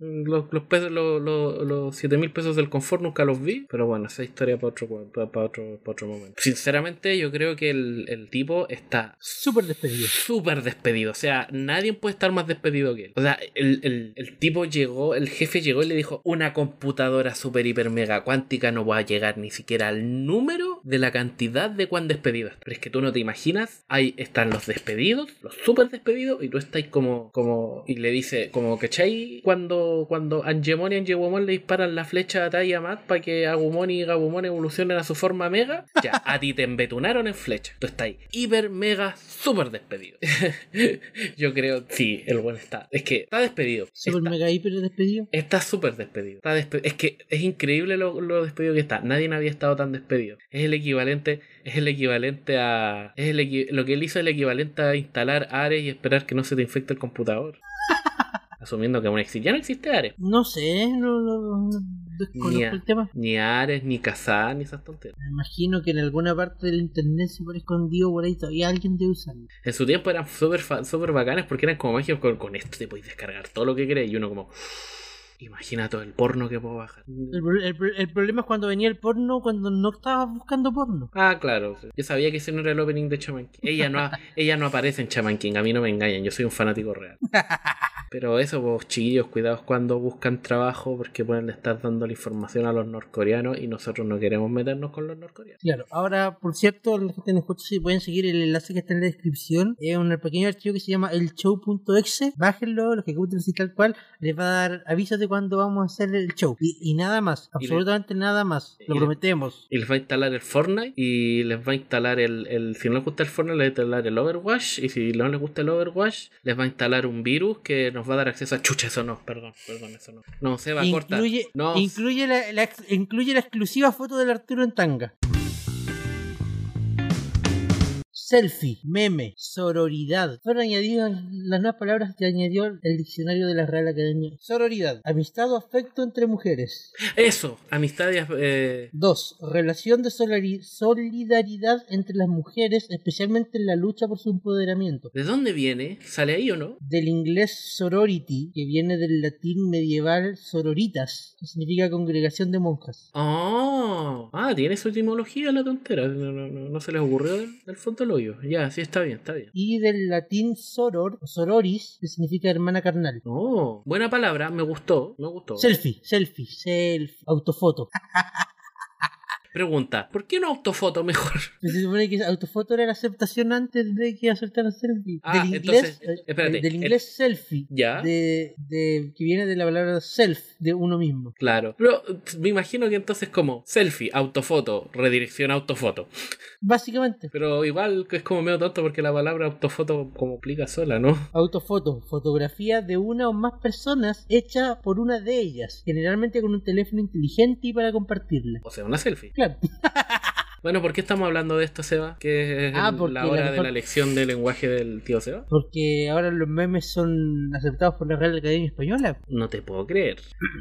Speaker 2: los, los pesos, los, los, los 7 mil pesos del confort nunca los vi. Pero bueno, esa historia para otro, cua- pa- pa otro, pa otro momento. Sinceramente, yo creo que el, el tipo está
Speaker 1: Súper despedido.
Speaker 2: súper despedido. O sea, nadie puede estar más despedido que él. O sea, el, el- el tipo llegó, el jefe llegó y le dijo, una computadora super, hiper, mega cuántica no va a llegar ni siquiera al número de la cantidad de cuán despedidos. Pero es que tú no te imaginas, ahí están los despedidos, los súper despedidos, y tú estás como, como, y le dice, como, ¿cachai? Cuando, cuando Angemon y Angewomon le disparan la flecha a Tiamat para que Agumon y Gabumon evolucionen a su forma mega, ya, a ti te embetunaron en flecha. Tú estás ahí, hiper, mega, súper despedido. Yo creo, sí, el buen está. Es que está despedido.
Speaker 1: Súper
Speaker 2: Está-
Speaker 1: mega hiper despedido.
Speaker 2: Está súper despedido. Está despe- Es que es increíble lo, lo despedido que está. Nadie había estado tan despedido. Es el equivalente, es el equivalente a. Es el equi- lo que él hizo es el equivalente a instalar Ares y esperar que no se te infecte el computador. Asumiendo que aún existe. Ya no existe Ares.
Speaker 1: No sé, no, no, no- no desconozco
Speaker 2: Ya.
Speaker 1: el tema.
Speaker 2: Ni Ares, ni Kazan, ni esas tonterías.
Speaker 1: Me imagino que en alguna parte del internet súper escondido por ahí todavía alguien debe usarlo.
Speaker 2: En su tiempo eran súper fa- súper bacanes porque eran como mágicos. Con, con esto te podéis descargar todo lo que querés. Y uno como. Imagina todo el porno que puedo bajar.
Speaker 1: El, pro- el pro- el problema es cuando venía el porno cuando no estabas buscando porno.
Speaker 2: Ah, claro. Yo sabía que ese no era el opening de Chaman King. Ella no, ha- ella no aparece en Chaman King. A mí no me engañan. Yo soy un fanático real. Pero eso, vos chiquillos, cuidados cuando buscan trabajo porque pueden estar dando la información a los norcoreanos y nosotros no queremos meternos con los norcoreanos.
Speaker 1: Claro, ahora, por cierto, la gente que nos escucha, si pueden seguir el enlace que está en la descripción, es un pequeño archivo que se llama elshow.exe. Bájenlo, los que ejecuten así tal cual, les va a dar avisos de cuándo vamos a hacer el show. Y, y nada más,
Speaker 2: Y le-
Speaker 1: absolutamente nada más,
Speaker 2: y
Speaker 1: lo
Speaker 2: le-
Speaker 1: prometemos.
Speaker 2: Y les va a instalar el Fortnite y les va a instalar el, el- Si no les gusta el Fortnite, les va a instalar el Overwatch. Y si no les gusta el Overwatch, les va a instalar un virus que nos va a dar acceso a. Chucha, eso no, perdón, perdón, eso no. No, se va a cortar.
Speaker 1: Incluye,
Speaker 2: No,
Speaker 1: incluye, la, la ex- incluye la exclusiva foto del Arturo en tanga. Selfie, meme, sororidad. Fueron añadidas las nuevas palabras que añadió el diccionario de la Real Academia. Sororidad, amistad o afecto entre mujeres.
Speaker 2: eso, amistades. eh,
Speaker 1: 2. Relación de solari- solidaridad entre las mujeres, especialmente en la lucha por su empoderamiento.
Speaker 2: ¿De dónde viene? ¿Sale ahí o no?
Speaker 1: del inglés sorority, que viene del latín medieval sororitas, que significa congregación de monjas.
Speaker 2: Oh, ah, tiene su etimología la tontera. No, no, no, no se les ocurrió del, del fondo del hoyo. Ya, sí, está bien, está bien.
Speaker 1: Y del latín soror, o sororis, que significa hermana carnal.
Speaker 2: Oh, buena palabra, me gustó, me gustó.
Speaker 1: Selfie, selfie, selfie, autofoto. Ah,
Speaker 2: Pregunta, ¿por qué no autofoto mejor?
Speaker 1: Se supone que autofoto era la aceptación antes de que aceptaran selfie.
Speaker 2: Ah,
Speaker 1: del
Speaker 2: entonces,
Speaker 1: inglés, eh,
Speaker 2: espérate, ¿Ah?
Speaker 1: del inglés selfie,
Speaker 2: ¿Ya?
Speaker 1: de, de- que viene de la palabra self, de uno mismo.
Speaker 2: Claro. Pero eh, me imagino que entonces como selfie, autofoto, redirección autofoto.
Speaker 1: Básicamente,
Speaker 2: Pero igual que es como medio tonto porque la palabra autofoto como aplica sola, ¿no?
Speaker 1: Autofoto, fotografía de una o más personas hecha por una de ellas, generalmente con un teléfono inteligente y para compartirla.
Speaker 2: O sea, una selfie.
Speaker 1: Claro,
Speaker 2: Bueno, ¿por qué estamos hablando de esto, Seba? Que es
Speaker 1: Ah,
Speaker 2: el-
Speaker 1: porque
Speaker 2: la
Speaker 1: la
Speaker 2: hora de
Speaker 1: mejor-
Speaker 2: la lección de lenguaje del tío Seba.
Speaker 1: Porque ahora los memes son aceptados por la Real Academia Española.
Speaker 2: No te puedo creer.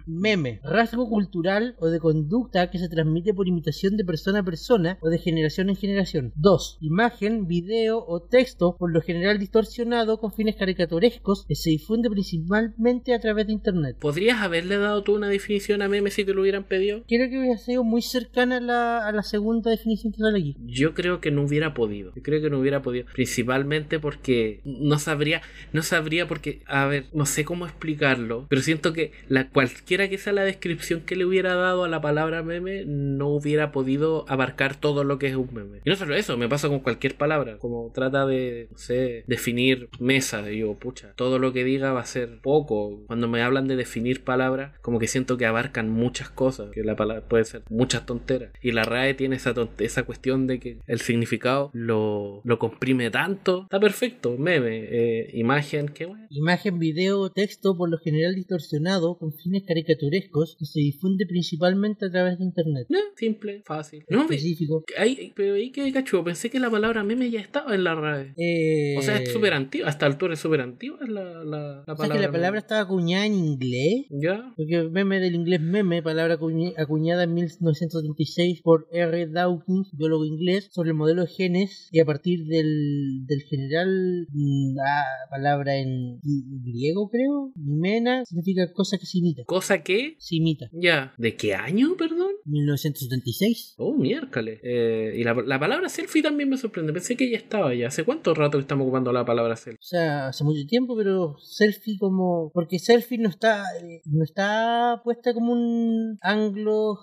Speaker 1: Meme, rasgo cultural o de conducta que se transmite por imitación de persona a persona o de generación en generación. 2. Imagen, video o texto, por lo general distorsionado con fines caricaturescos, que se difunde principalmente a través de Internet.
Speaker 2: ¿Podrías haberle dado tú una definición a meme si te lo hubieran pedido?
Speaker 1: Creo que hubiera sido muy cercana a la, a la segunda definición que sale aquí.
Speaker 2: Yo creo que no hubiera podido. Yo creo que no hubiera podido. Principalmente porque no sabría, no sabría porque, a ver, no sé cómo explicarlo, pero siento que la cualquiera que sea la descripción que le hubiera dado a la palabra meme no hubiera podido abarcar todo lo que es un meme. Y no solo eso, me pasa con cualquier palabra, como trata de, no sé, definir mesa, y yo, pucha, todo lo que diga va a ser poco. Cuando me hablan de definir palabras, como que siento que abarcan muchas cosas, que la palabra puede ser muchas tonteras. Y la RAE tiene esa, ton- esa cuestión de que el significado lo, lo comprime tanto. Está perfecto, meme, eh, imagen, qué bueno.
Speaker 1: Imagen, video o texto, por lo general distorsionado con fines caricaturescos, que se difunde principalmente a través de Internet.
Speaker 2: No, simple, fácil. No, me-
Speaker 1: Específico.
Speaker 2: ahí- pero ahí que cachudo, pensé que la palabra meme ya estaba en la RAE.
Speaker 1: Eh,
Speaker 2: O sea, es súper antigua, hasta altura es súper antigua la, la, la
Speaker 1: o sea que la palabra
Speaker 2: meme.
Speaker 1: estaba acuñada en inglés.
Speaker 2: ¿Ya?
Speaker 1: Porque meme del inglés meme, palabra acuñe- acuñada en 1936 por R. Dawkins, biólogo inglés, sobre el modelo de genes y a partir del, del general, mm, la palabra en gri- griego creo, mena, significa cosa que se imita.
Speaker 2: Cosa que...
Speaker 1: Se imita.
Speaker 2: Ya. ¿De qué año, perdón?
Speaker 1: 1976.
Speaker 2: Oh, miércoles. Eh, y la, la palabra selfie también me sorprende. Pensé que ya estaba ya. ¿Hace cuánto rato que estamos ocupando la palabra selfie?
Speaker 1: O sea, hace mucho tiempo, pero selfie como... Porque selfie no está eh, no está puesta como un anglo...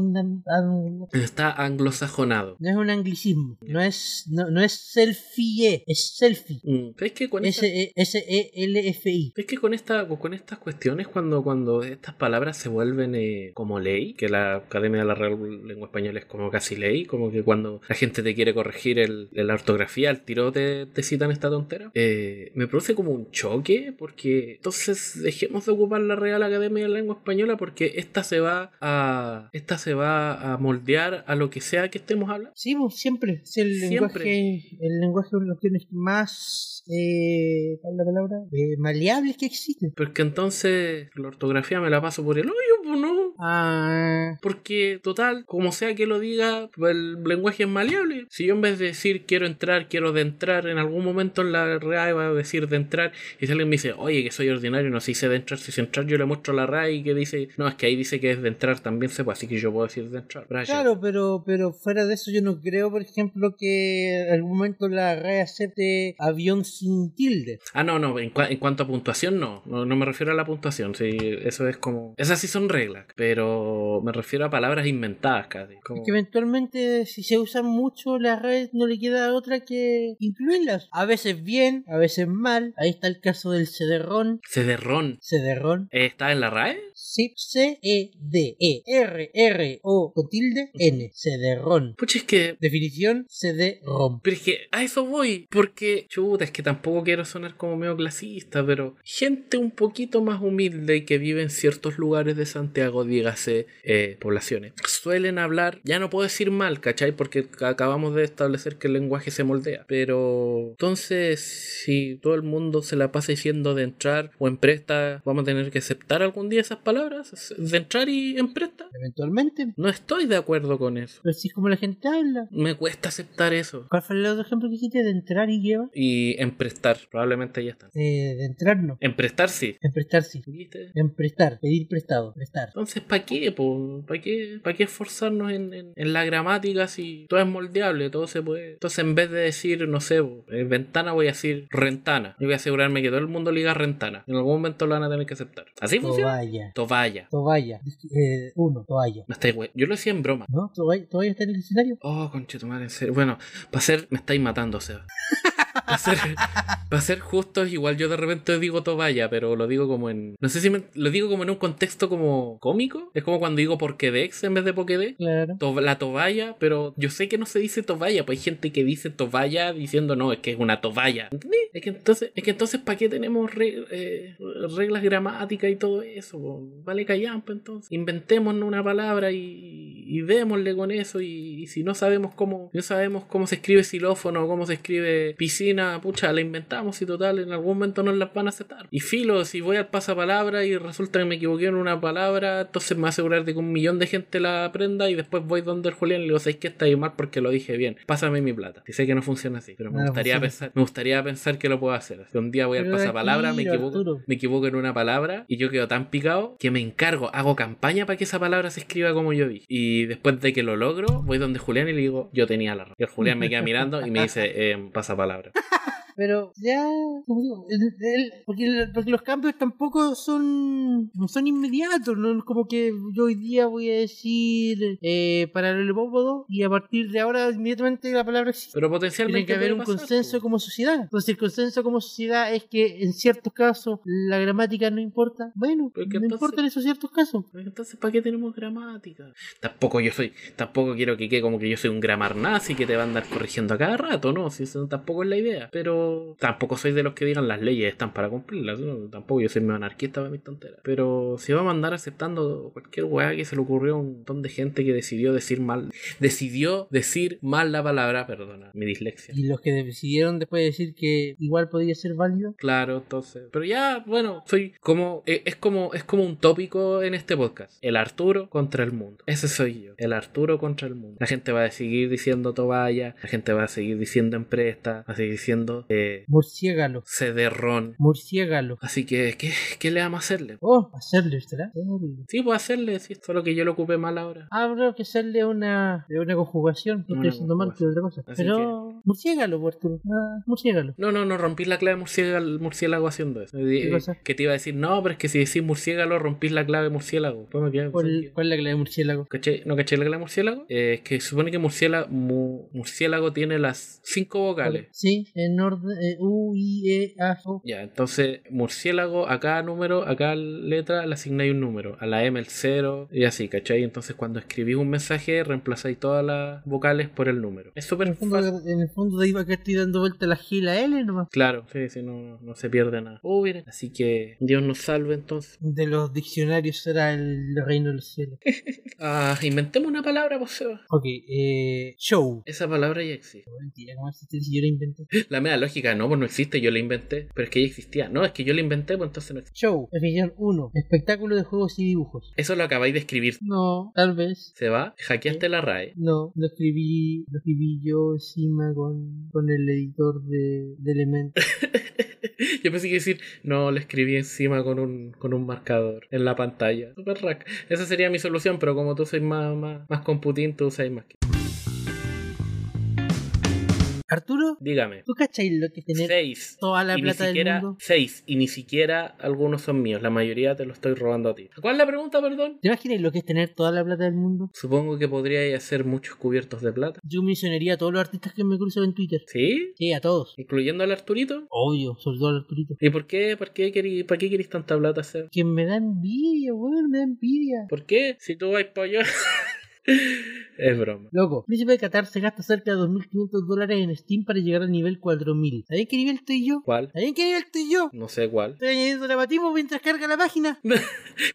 Speaker 1: anglo
Speaker 2: Está anglosajonado.
Speaker 1: No es un anglicismo. No es, no, no es selfie, es selfie. e,
Speaker 2: Mm, ¿Sabes que con esta-
Speaker 1: S-E-L-F-I.
Speaker 2: Es que con, esta, con estas cuestiones, cuando, cuando estas palabras se vuelven eh, como ley, que la Academia de la Real Lengua Española es como casi ley, como que cuando la gente te quiere corregir el, la ortografía, al tiro te, te citan esta tontera, eh, me produce como un choque, porque entonces dejemos de ocupar la Real Academia de la Lengua Española porque esta se va a, esta se va a moldear a lo que sea que estemos hablando.
Speaker 1: Sí, pues, siempre. Si el
Speaker 2: Siempre.
Speaker 1: lenguaje el lenguaje es una de las cuestiones más, eh, ¿cuál es la palabra? Eh, maleables que existen.
Speaker 2: Porque entonces la ortografía me la paso por el hoyo, pues no.
Speaker 1: Ah,
Speaker 2: Porque, total, como sea que lo diga, el lenguaje es maleable. Si yo en vez de decir quiero entrar, quiero de entrar, en algún momento en la RAE va a decir de entrar, y si alguien me dice, oye, que soy ordinario, no sé si sé de entrar, si sé entrar, yo le muestro la RAE y que dice, no, es que ahí dice que es de entrar, también sepa, así que yo puedo decir de entrar. Raya.
Speaker 1: claro, pero pero fuera de eso yo no creo, por ejemplo, que en algún momento la RAE acepte avión sin tilde.
Speaker 2: Ah, no, no, en, cua- en cuanto a puntuación, no. no. no me refiero a la puntuación, sí, eso es como. Esas sí son reglas, pero me refiero a palabras inventadas casi. como-
Speaker 1: Es que eventualmente si se usan mucho las redes no le queda otra que incluirlas. A veces bien, a veces mal. Ahí está el caso del cederrón.
Speaker 2: Cederrón.
Speaker 1: Cederrón.
Speaker 2: eh, ¿Está en la RAE?
Speaker 1: Sí, E C-E-D-E-R-R-O con tilde N. Cederrón.
Speaker 2: Pucha, es que
Speaker 1: Definición CD-ROM.
Speaker 2: Pero es que a eso voy, porque chuta, es que tampoco quiero sonar como medio clasista, pero gente un poquito más humilde y que vive en ciertos lugares de Santiago, dígase eh, poblaciones, suelen hablar, ya no puedo decir mal, ¿cachai? Porque ca- acabamos de establecer que el lenguaje se moldea, pero entonces si todo el mundo se la pasa diciendo de entrar o en presta, vamos a tener que aceptar algún día esas palabras, de entrar y en presta.
Speaker 1: Eventualmente.
Speaker 2: No estoy de acuerdo con eso.
Speaker 1: Pero así es como la gente habla.
Speaker 2: Me cuesta aceptar eso.
Speaker 1: ¿Cuál fue el otro ejemplo que hiciste de entrar y llevar?
Speaker 2: y en prestar. Probablemente ya están.
Speaker 1: Eh, de entrar no.
Speaker 2: En prestar sí.
Speaker 1: En prestar sí.
Speaker 2: ¿Viste?
Speaker 1: En prestar. Pedir prestado. Prestar.
Speaker 2: Entonces, ¿para qué? ¿Para qué, pa' qué esforzarnos en, en- en la gramática si todo es moldeable, todo se puede? Entonces, en vez de decir, no sé, po, eh, ventana, voy a decir rentana. Y voy a asegurarme que todo el mundo le diga rentana. En algún momento lo van a tener que aceptar. ¿Así funciona?
Speaker 1: Toalla.
Speaker 2: Tobaya.
Speaker 1: Toalla. Eh, uno. Toalla.
Speaker 2: No estáis we- Yo lo decía en broma.
Speaker 1: ¿No? ¿Todavía, todavía está en el escenario?
Speaker 2: Oh, conchetumar, en serio. Bueno, para ser, me estáis matando, Seba. Para ser, pa' ser justos, igual yo de repente digo tobaya, pero lo digo como en. No sé si me- lo digo como en un contexto como cómico. Es como cuando digo Pokédex en vez de Pokédex.
Speaker 1: Claro.
Speaker 2: To- la tobaya, pero yo sé que no se dice tobaya, pues hay gente que dice tobaya diciendo no, es que es una tobaya. ¿Entendí? Es que entonces, es que entonces ¿para qué tenemos re- eh, reglas pues, gramáticas y todo eso? po? Vale callampa entonces. Inventémonos una palabra y, y y démosle con eso y, y si no sabemos cómo no sabemos cómo se escribe xilófono cómo se escribe piscina pucha la inventamos y total en algún momento nos las van a aceptar y filo si voy al pasapalabra y resulta que me equivoqué en una palabra entonces me voy a asegurar de que un millón de gente la aprenda y después voy donde el Julián y le digo sabéis que está ahí mal porque lo dije bien pásame mi plata y sé que no funciona así pero me
Speaker 1: No,
Speaker 2: gustaría
Speaker 1: funciona.
Speaker 2: pensar me gustaría pensar que lo puedo hacer Así que un día voy al
Speaker 1: Pero
Speaker 2: pasapalabra me
Speaker 1: tranquilo,
Speaker 2: equivoco
Speaker 1: Arturo.
Speaker 2: me equivoco en una palabra y yo quedo tan picado que me encargo, hago campaña para que esa palabra se escriba como yo dije. Y después de que lo logro, voy donde Julián y le digo, yo tenía la razón. Y el Julián me queda mirando y me dice, eh, pasa palabra.
Speaker 1: Pero ya. como digo, el- el- porque, el- porque los cambios tampoco son. No son inmediatos. No es como que yo hoy día voy a decir. Eh, paralelepópodo. Y a partir de ahora, inmediatamente la palabra existe.
Speaker 2: Pero
Speaker 1: Tiene
Speaker 2: potencialmente
Speaker 1: que haber
Speaker 2: puede
Speaker 1: un
Speaker 2: pasar,
Speaker 1: consenso
Speaker 2: po.
Speaker 1: como sociedad. Entonces, el consenso como sociedad es que en ciertos casos la gramática no importa. Bueno,
Speaker 2: Porque
Speaker 1: no
Speaker 2: entonces-
Speaker 1: importa en esos ciertos casos.
Speaker 2: Entonces, ¿para qué tenemos gramática? Tampoco yo soy, tampoco quiero que quede como que yo soy un gramar nazi que te va a andar corrigiendo a cada rato, ¿no? Si eso tampoco es la idea. Pero tampoco soy de los que digan las leyes están para cumplirlas, ¿no? Tampoco yo soy medio anarquista para mis tonteras. Pero si vamos a andar aceptando cualquier weá que se le ocurrió a un montón de gente que decidió decir mal, decidió decir mal la palabra, perdona, mi dislexia.
Speaker 1: Y los que decidieron después decir que igual podía ser válido.
Speaker 2: Claro, entonces. Pero ya, bueno, soy como. e- Es como, es como un tópico en este podcast. El Arturo contra el mundo. Ese soy yo. El Arturo contra el mundo. La gente va a seguir diciendo Tobaya. La gente va a seguir diciendo Empresta. Va a seguir diciendo eh,
Speaker 1: Murciégalo.
Speaker 2: Cederrón.
Speaker 1: Murciégalo.
Speaker 2: Así que, ¿qué, qué le vamos a hacerle?
Speaker 1: Oh, hacerle, ¿será? Hacerle.
Speaker 2: Sí, puedo hacerle, sí, solo que yo lo ocupé mal ahora.
Speaker 1: Habrá Ah, que hacerle una, de una conjugación,
Speaker 2: Una
Speaker 1: porque es normal que
Speaker 2: conjugación.
Speaker 1: otra cosa.
Speaker 2: Así
Speaker 1: Pero murciégalo, por tu. Ah, murciégalo.
Speaker 2: No, no, no, rompís la clave murciélago, murciélago haciendo eso. Eh,
Speaker 1: cosa?
Speaker 2: Que te iba a decir, no, pero es que si decís murciélago, rompís la clave murciélago. Pues me quedé pensando
Speaker 1: ¿Cuál,
Speaker 2: que-
Speaker 1: cuál es la clave de murciélago?
Speaker 2: ¿Caché? ¿No caché la clave murciélago? Eh, es que supone que murciélago, murciélago tiene las cinco vocales.
Speaker 1: Sí, en orden eh, U, I, E, A, O.
Speaker 2: Ya, entonces murciélago a cada número, a cada letra le asignáis un número. A la M el 0 y así, ¿cachai? Entonces cuando escribís un mensaje reemplazáis todas las vocales por el número. Es
Speaker 1: En
Speaker 2: súper
Speaker 1: el fondo,
Speaker 2: fácil.
Speaker 1: en el fondo de ahí va que estoy dando vuelta la G y la L nomás.
Speaker 2: Claro, sí, sí, no, no se pierde nada. Oh, miren. Así que Dios nos salve entonces.
Speaker 1: De los diccionarios será el reino de los cielos.
Speaker 2: Ah, inventemos una palabra, pues Seba.
Speaker 1: Ok, eh, show.
Speaker 2: Esa palabra ya existe.
Speaker 1: Mentira, ¿cómo este existe si yo la inventé?
Speaker 2: La mera lógica, no, pues no existe, yo la inventé. Pero es que ya existía. No, es que yo la inventé, pues entonces no existe.
Speaker 1: Show, definición 1. Espectáculo de juegos y dibujos.
Speaker 2: Eso lo acabáis de escribir.
Speaker 1: No, tal vez.
Speaker 2: Se va, hackeaste la RAE.
Speaker 1: No, lo escribí, lo escribí yo encima con, con el editor de, de Elementor.
Speaker 2: Yo pensé que iba a decir, no, lo escribí encima con un, con un marcador en la pantalla. Super rack. Esa sería mi solución, pero como tú sois más, más, más computín, tú usáis más que.
Speaker 1: Arturo,
Speaker 2: Dígame.
Speaker 1: ¿tú cachai lo que tenés
Speaker 2: Seis.
Speaker 1: toda la
Speaker 2: Y ni
Speaker 1: plata
Speaker 2: siquiera,
Speaker 1: del mundo?
Speaker 2: seis. Y ni siquiera algunos son míos. La mayoría te lo estoy robando a ti. ¿Cuál es la pregunta, perdón?
Speaker 1: ¿Te imaginas lo que es tener toda la plata del mundo?
Speaker 2: Supongo que podría hacer muchos cubiertos de plata.
Speaker 1: Yo mencionaría a todos los artistas que me cruzo en Twitter.
Speaker 2: ¿Sí?
Speaker 1: Sí, a todos.
Speaker 2: ¿Incluyendo al Arturito?
Speaker 1: Obvio, sobre todo al Arturito.
Speaker 2: ¿Y por qué? ¿Por qué querí, ¿Para qué querís tanta plata hacer?
Speaker 1: Que me da envidia, weón, me da envidia.
Speaker 2: ¿Por qué? Si tú vas para allá. es broma.
Speaker 1: Loco, Príncipe de Qatar se gasta cerca de 2.500 dólares en Steam para llegar al nivel 4.000. ¿Sabés qué nivel estoy yo?
Speaker 2: ¿Cuál?
Speaker 1: ¿Sabés qué nivel estoy yo?
Speaker 2: No sé cuál.
Speaker 1: Estoy añadiendo la batimos mientras carga la página.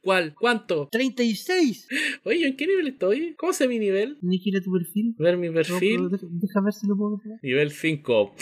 Speaker 2: ¿Cuál? ¿Cuánto?
Speaker 1: 36.
Speaker 2: Oye, ¿en qué nivel estoy? ¿Cómo sé mi nivel?
Speaker 1: Tienes que ir a tu perfil.
Speaker 2: Ver mi
Speaker 1: No, pues,
Speaker 2: perfil.
Speaker 1: pero deja, deja ver si lo puedo ver.
Speaker 2: Nivel 5.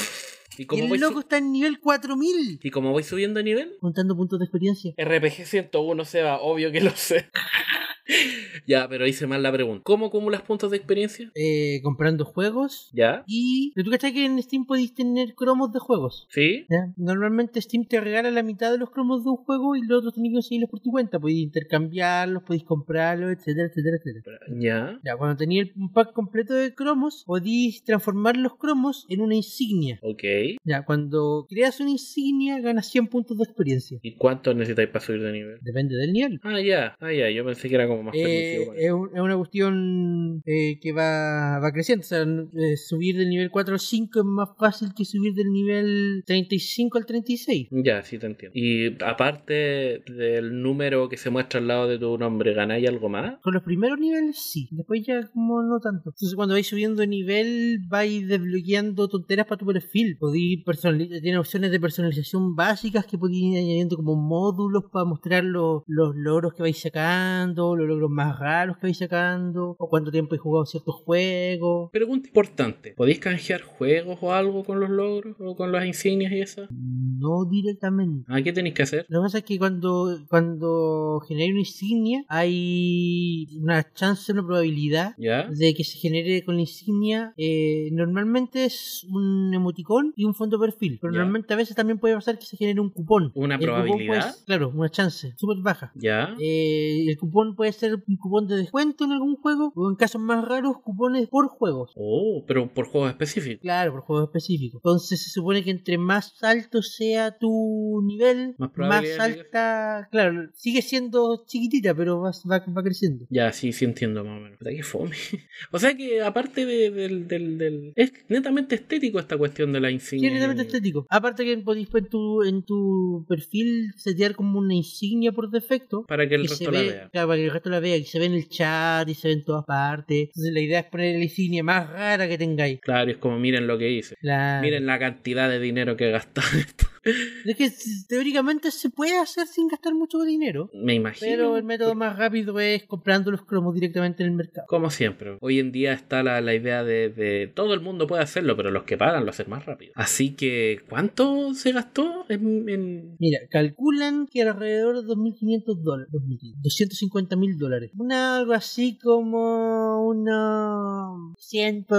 Speaker 2: Y como,
Speaker 1: El
Speaker 2: voy
Speaker 1: loco
Speaker 2: su-
Speaker 1: está en nivel 4000.
Speaker 2: y como voy subiendo de nivel,
Speaker 1: Contando puntos de experiencia.
Speaker 2: RPG 101 se va, obvio que lo sé. ya, pero hice mal la pregunta. ¿Cómo acumulas puntos de experiencia?
Speaker 1: Eh, comprando juegos.
Speaker 2: ¿Ya?
Speaker 1: Y... Pero tú cachas que en Steam podéis tener cromos de juegos.
Speaker 2: ¿Sí?
Speaker 1: ¿ya? Normalmente Steam te regala la mitad de los cromos de un juego y los otros tenés que conseguirlos por tu cuenta. Podéis intercambiarlos, podéis comprarlos, etcétera, etcétera, etcétera.
Speaker 2: ¿Ya?
Speaker 1: Ya, cuando tenías el- un pack completo de cromos, podéis transformar los cromos en una insignia.
Speaker 2: Ok.
Speaker 1: Ya, cuando creas una insignia, ganas 100 puntos de experiencia.
Speaker 2: ¿Y cuánto necesitáis para subir de nivel?
Speaker 1: Depende del nivel.
Speaker 2: Ah, ya. Ah, ya. Yo pensé que era como más
Speaker 1: Eh,
Speaker 2: permisivo. para-
Speaker 1: es, un- es una cuestión eh, que va, va creciendo. O sea, n- eh, subir del nivel 4 al 5 es más fácil que subir del nivel 35 al 36.
Speaker 2: Ya, sí te entiendo. Y aparte del número que se muestra al lado de tu nombre, ¿ganáis algo más?
Speaker 1: Con los primeros niveles sí, después ya como no tanto. Entonces cuando vais subiendo de nivel vais desbloqueando tonteras para tu perfil. Podéis personali- tiene opciones de personalización básicas que podéis ir añadiendo como módulos para mostrar los, los logros que vais sacando, los logros más más raros que vais sacando, o cuánto tiempo he jugado ciertos juegos.
Speaker 2: Pregunta importante: ¿podéis canjear juegos o algo con los logros o con las insignias y esas?
Speaker 1: No directamente.
Speaker 2: ¿A qué tenéis que hacer?
Speaker 1: Lo que pasa es que cuando, cuando generáis una insignia, hay una chance, una probabilidad
Speaker 2: ¿Ya?
Speaker 1: de que se genere con la insignia. eh, normalmente es un emoticón y un fondo perfil, pero
Speaker 2: Ya.
Speaker 1: normalmente a veces también puede pasar que se genere un cupón.
Speaker 2: ¿Una
Speaker 1: El cupón
Speaker 2: probabilidad?
Speaker 1: puede ser- claro, una chance, súper baja.
Speaker 2: ¿Ya?
Speaker 1: Eh, el cupón puede ser un cupón de descuento en algún juego, o en casos más raros, cupones por juegos.
Speaker 2: Oh, pero por juegos específicos.
Speaker 1: Claro, por juegos específicos. Entonces se supone que entre más alto sea tu nivel,
Speaker 2: Más
Speaker 1: más,
Speaker 2: probabilidad de llegar.
Speaker 1: alta. Claro, sigue siendo chiquitita, pero vas- va, va creciendo.
Speaker 2: Ya, sí, sí entiendo más o menos. Puta, qué fome. O sea que aparte de- del, del, del- Es netamente estético esta cuestión de la insignia.
Speaker 1: Tiene netamente estético. Aparte que podéis en tu, en tu perfil setear como una insignia por defecto.
Speaker 2: Para que el
Speaker 1: que se
Speaker 2: resto la
Speaker 1: ve-
Speaker 2: vea.
Speaker 1: claro, para que el resto la vea, y se ve en el chat y se ve en todas partes. Entonces la idea es poner la insignia más rara que tengáis.
Speaker 2: Claro, es como miren lo que hice.
Speaker 1: Claro.
Speaker 2: Miren la cantidad de dinero que he gastado. en esto.
Speaker 1: Es que s- teóricamente se puede hacer sin gastar mucho dinero.
Speaker 2: Me imagino.
Speaker 1: Pero el método más rápido es comprando los cromos directamente en el mercado.
Speaker 2: Como siempre, hoy en día está la, la idea de, de todo el mundo puede hacerlo, pero los que pagan lo hacen más rápido. Así que, ¿cuánto se gastó en, en-
Speaker 1: Mira, calculan que alrededor de 2.500 dólares, 250 mil dólares. Una, algo así como unos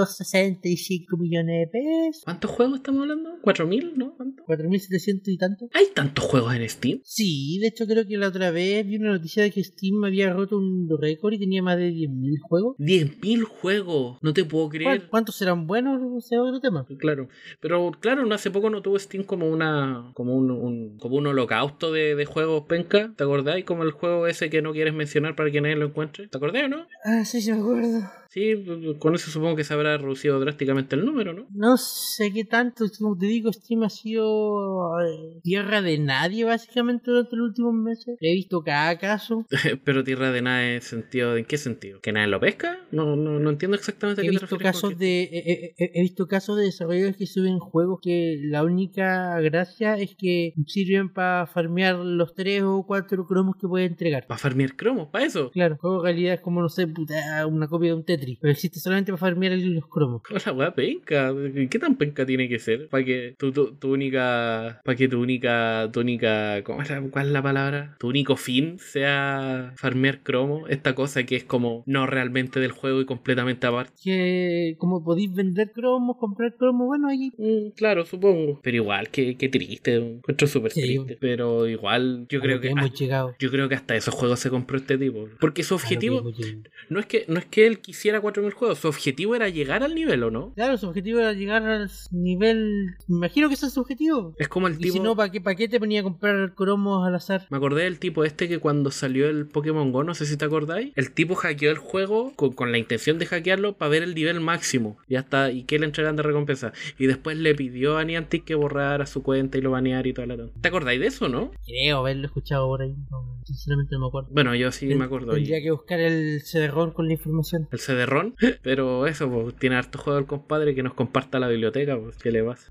Speaker 1: 165 millones de pesos,
Speaker 2: ¿Cuántos juegos estamos hablando? ¿4.000? ¿No? ¿Cuánto?
Speaker 1: 4.700 y tanto.
Speaker 2: ¿Hay tantos juegos en Steam?
Speaker 1: Sí, de hecho creo que la otra vez vi una noticia de que Steam había roto un récord y tenía más de 10.000 juegos.
Speaker 2: ¿10.000 juegos? No te puedo
Speaker 1: ¿Cuál-
Speaker 2: creer.
Speaker 1: ¿Cuántos serán buenos? O sea, otro tema.
Speaker 2: Claro, pero claro, no hace poco no tuvo Steam como una como un, un- como un holocausto de, de juegos penca, ¿te acordáis? Como el juego ese que no quieres mencionar para que nadie lo encuentre, ¿te acordáis o no?
Speaker 1: Ah, sí, sí me acuerdo.
Speaker 2: Sí, con eso supongo que se habrá reducido drásticamente el número, ¿no?
Speaker 1: No sé qué tanto, como te digo, Steam ha sido eh, tierra de nadie básicamente durante los últimos meses. He visto cada caso,
Speaker 2: Pero tierra de nadie en sentido, ¿en qué sentido? ¿Que nadie lo pesca? No, no, no entiendo exactamente a
Speaker 1: he
Speaker 2: qué te
Speaker 1: visto
Speaker 2: refieres.
Speaker 1: casos
Speaker 2: porque-
Speaker 1: de eh, he, he- he visto casos de desarrolladores que suben juegos que la única gracia es que sirven para farmear los tres o cuatro cromos que puede entregar.
Speaker 2: Para farmear cromos, para eso.
Speaker 1: Claro, juego de realidad es como no sé, puta, una copia de un Tetris, pero existe solamente para farmear el- los cromos.
Speaker 2: La weá penca, ¿qué tan penca tiene que ser? Para que tu, tu, tu única. Para que tu única. Tu única. ¿cómo es la- ¿Cuál es la palabra? Tu único fin sea farmear cromo. Esta cosa que es como no realmente del juego y completamente aparte.
Speaker 1: Que como podéis vender cromos, comprar cromos, bueno, ahí
Speaker 2: Mm, claro, supongo. Pero igual, qué, qué triste. un encuentro súper
Speaker 1: Sí.
Speaker 2: triste. Pero igual, yo
Speaker 1: a
Speaker 2: creo
Speaker 1: lo que
Speaker 2: que.
Speaker 1: hemos
Speaker 2: ah,
Speaker 1: llegado. a lo
Speaker 2: yo creo que hasta esos juegos se compró este tipo. Porque su
Speaker 1: que
Speaker 2: objetivo.
Speaker 1: hemos llegado.
Speaker 2: No es que, no es que él quisiera 4.000 juegos, su objetivo era llegar al nivel, ¿o no?
Speaker 1: Claro, su objetivo era llegar al nivel. Me imagino que ese es su objetivo.
Speaker 2: Es como el
Speaker 1: Y
Speaker 2: tipo...
Speaker 1: si no, ¿para qué, pa' qué te ponía a comprar cromos al azar?
Speaker 2: Me acordé del tipo este que cuando salió el Pokémon Go, no sé si te acordáis, el tipo hackeó el juego con, con la intención de hackearlo para ver el nivel máximo. Y hasta, y que le entregan de recompensa. Y después le pidió a Niantic que borrara su cuenta y lo baneara y toda la tonta. ¿Te acordáis de eso, no?
Speaker 1: Creo haberlo escuchado por ahí. no, sinceramente no me acuerdo.
Speaker 2: Bueno, yo sí me acuerdo. y-
Speaker 1: Tendría que buscar el cerrón con la información.
Speaker 2: El CD-RON, pero eso, pues, tiene harto juego el compadre que nos comparta la biblioteca, pues, ¿qué le pasa?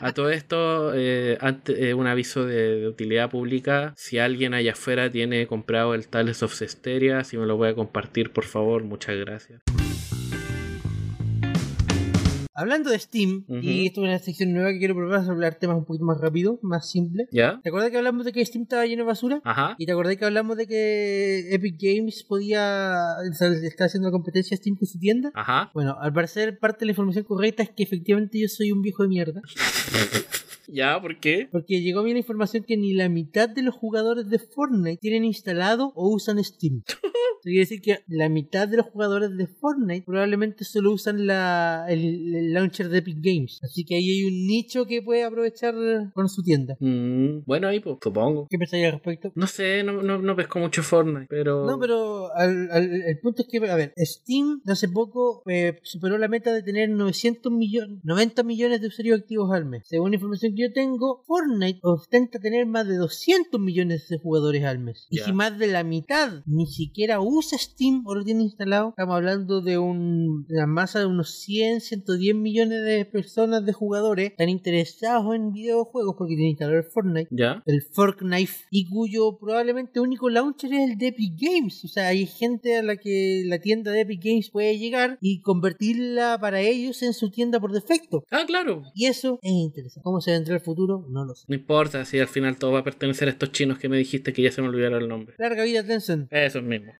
Speaker 2: A todo esto, eh, ante- eh, un aviso de, de utilidad pública, si alguien allá afuera tiene comprado el Tales of Cesteria, si me lo puede compartir, por favor, muchas gracias.
Speaker 1: Hablando de Steam,
Speaker 2: Ujú.
Speaker 1: y esto es una sección nueva que quiero probar sobre hablar temas un poquito más rápido, más simple.
Speaker 2: ¿Ya?
Speaker 1: ¿Te acuerdas que hablamos de que Steam estaba lleno de basura?
Speaker 2: Ajá.
Speaker 1: ¿Y te acordás que hablamos de que Epic Games podía. o sea, le está haciendo la competencia a Steam con su tienda?
Speaker 2: Ajá.
Speaker 1: Bueno, al parecer parte de la información correcta es que efectivamente yo soy un viejo de mierda.
Speaker 2: ¿Ya? ¿Por qué?
Speaker 1: Porque llegó a mí la información que ni la mitad de los jugadores de Fortnite tienen instalado o usan Steam. Eso Quiere decir que la mitad de los jugadores de Fortnite probablemente solo usan la, el, el launcher de Epic Games. Así que ahí hay un nicho que puede aprovechar con su tienda.
Speaker 2: Mm, bueno, ahí pues, supongo.
Speaker 1: ¿Qué pensáis al respecto?
Speaker 2: No sé, no, no, no pesco mucho Fortnite, pero...
Speaker 1: No, pero al- al- el punto es que, a ver, Steam hace poco eh, superó la meta de tener 900 millones, 90 millones de usuarios activos al mes, según información yo tengo Fortnite ostenta tener más de 200 millones de jugadores al mes. Y
Speaker 2: Ya.
Speaker 1: si más de la mitad ni siquiera usa Steam o lo tiene instalado, estamos hablando de un- de una masa de unos 100, 110 millones de personas de jugadores tan interesados en videojuegos porque tienen instalado el Fortnite.
Speaker 2: ¿Ya?
Speaker 1: El Fortnite y cuyo probablemente único launcher es el de Epic Games. O sea, hay gente a la que la tienda de Epic Games puede llegar y convertirla para ellos en su tienda por defecto.
Speaker 2: Ah, claro.
Speaker 1: Y eso es interesante. ¿Cómo se vendrá el futuro? No lo sé.
Speaker 2: No importa si al final todo va a pertenecer a estos chinos que me dijiste que ya se me olvidaron el nombre.
Speaker 1: Larga vida Tencent.
Speaker 2: Eso mismo.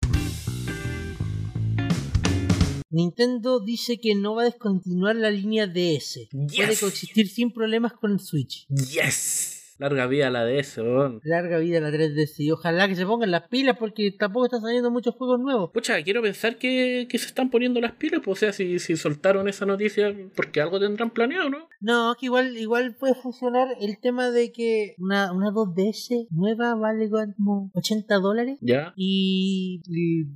Speaker 1: Nintendo dice que no va a descontinuar la línea DS. Puede
Speaker 2: Yes.
Speaker 1: coexistir sin problemas con el Switch.
Speaker 2: Yes. Larga vida la de eso. weón.
Speaker 1: Larga vida la 3DS y ojalá que se pongan las pilas porque tampoco están saliendo muchos juegos nuevos.
Speaker 2: Pucha, quiero pensar que, que se están poniendo las pilas, pues, o sea, si, si soltaron esa noticia, porque algo tendrán planeado, ¿no?
Speaker 1: No, que igual igual puede funcionar el tema de que una, una 2DS nueva vale como 80 dólares.
Speaker 2: Ya.
Speaker 1: Y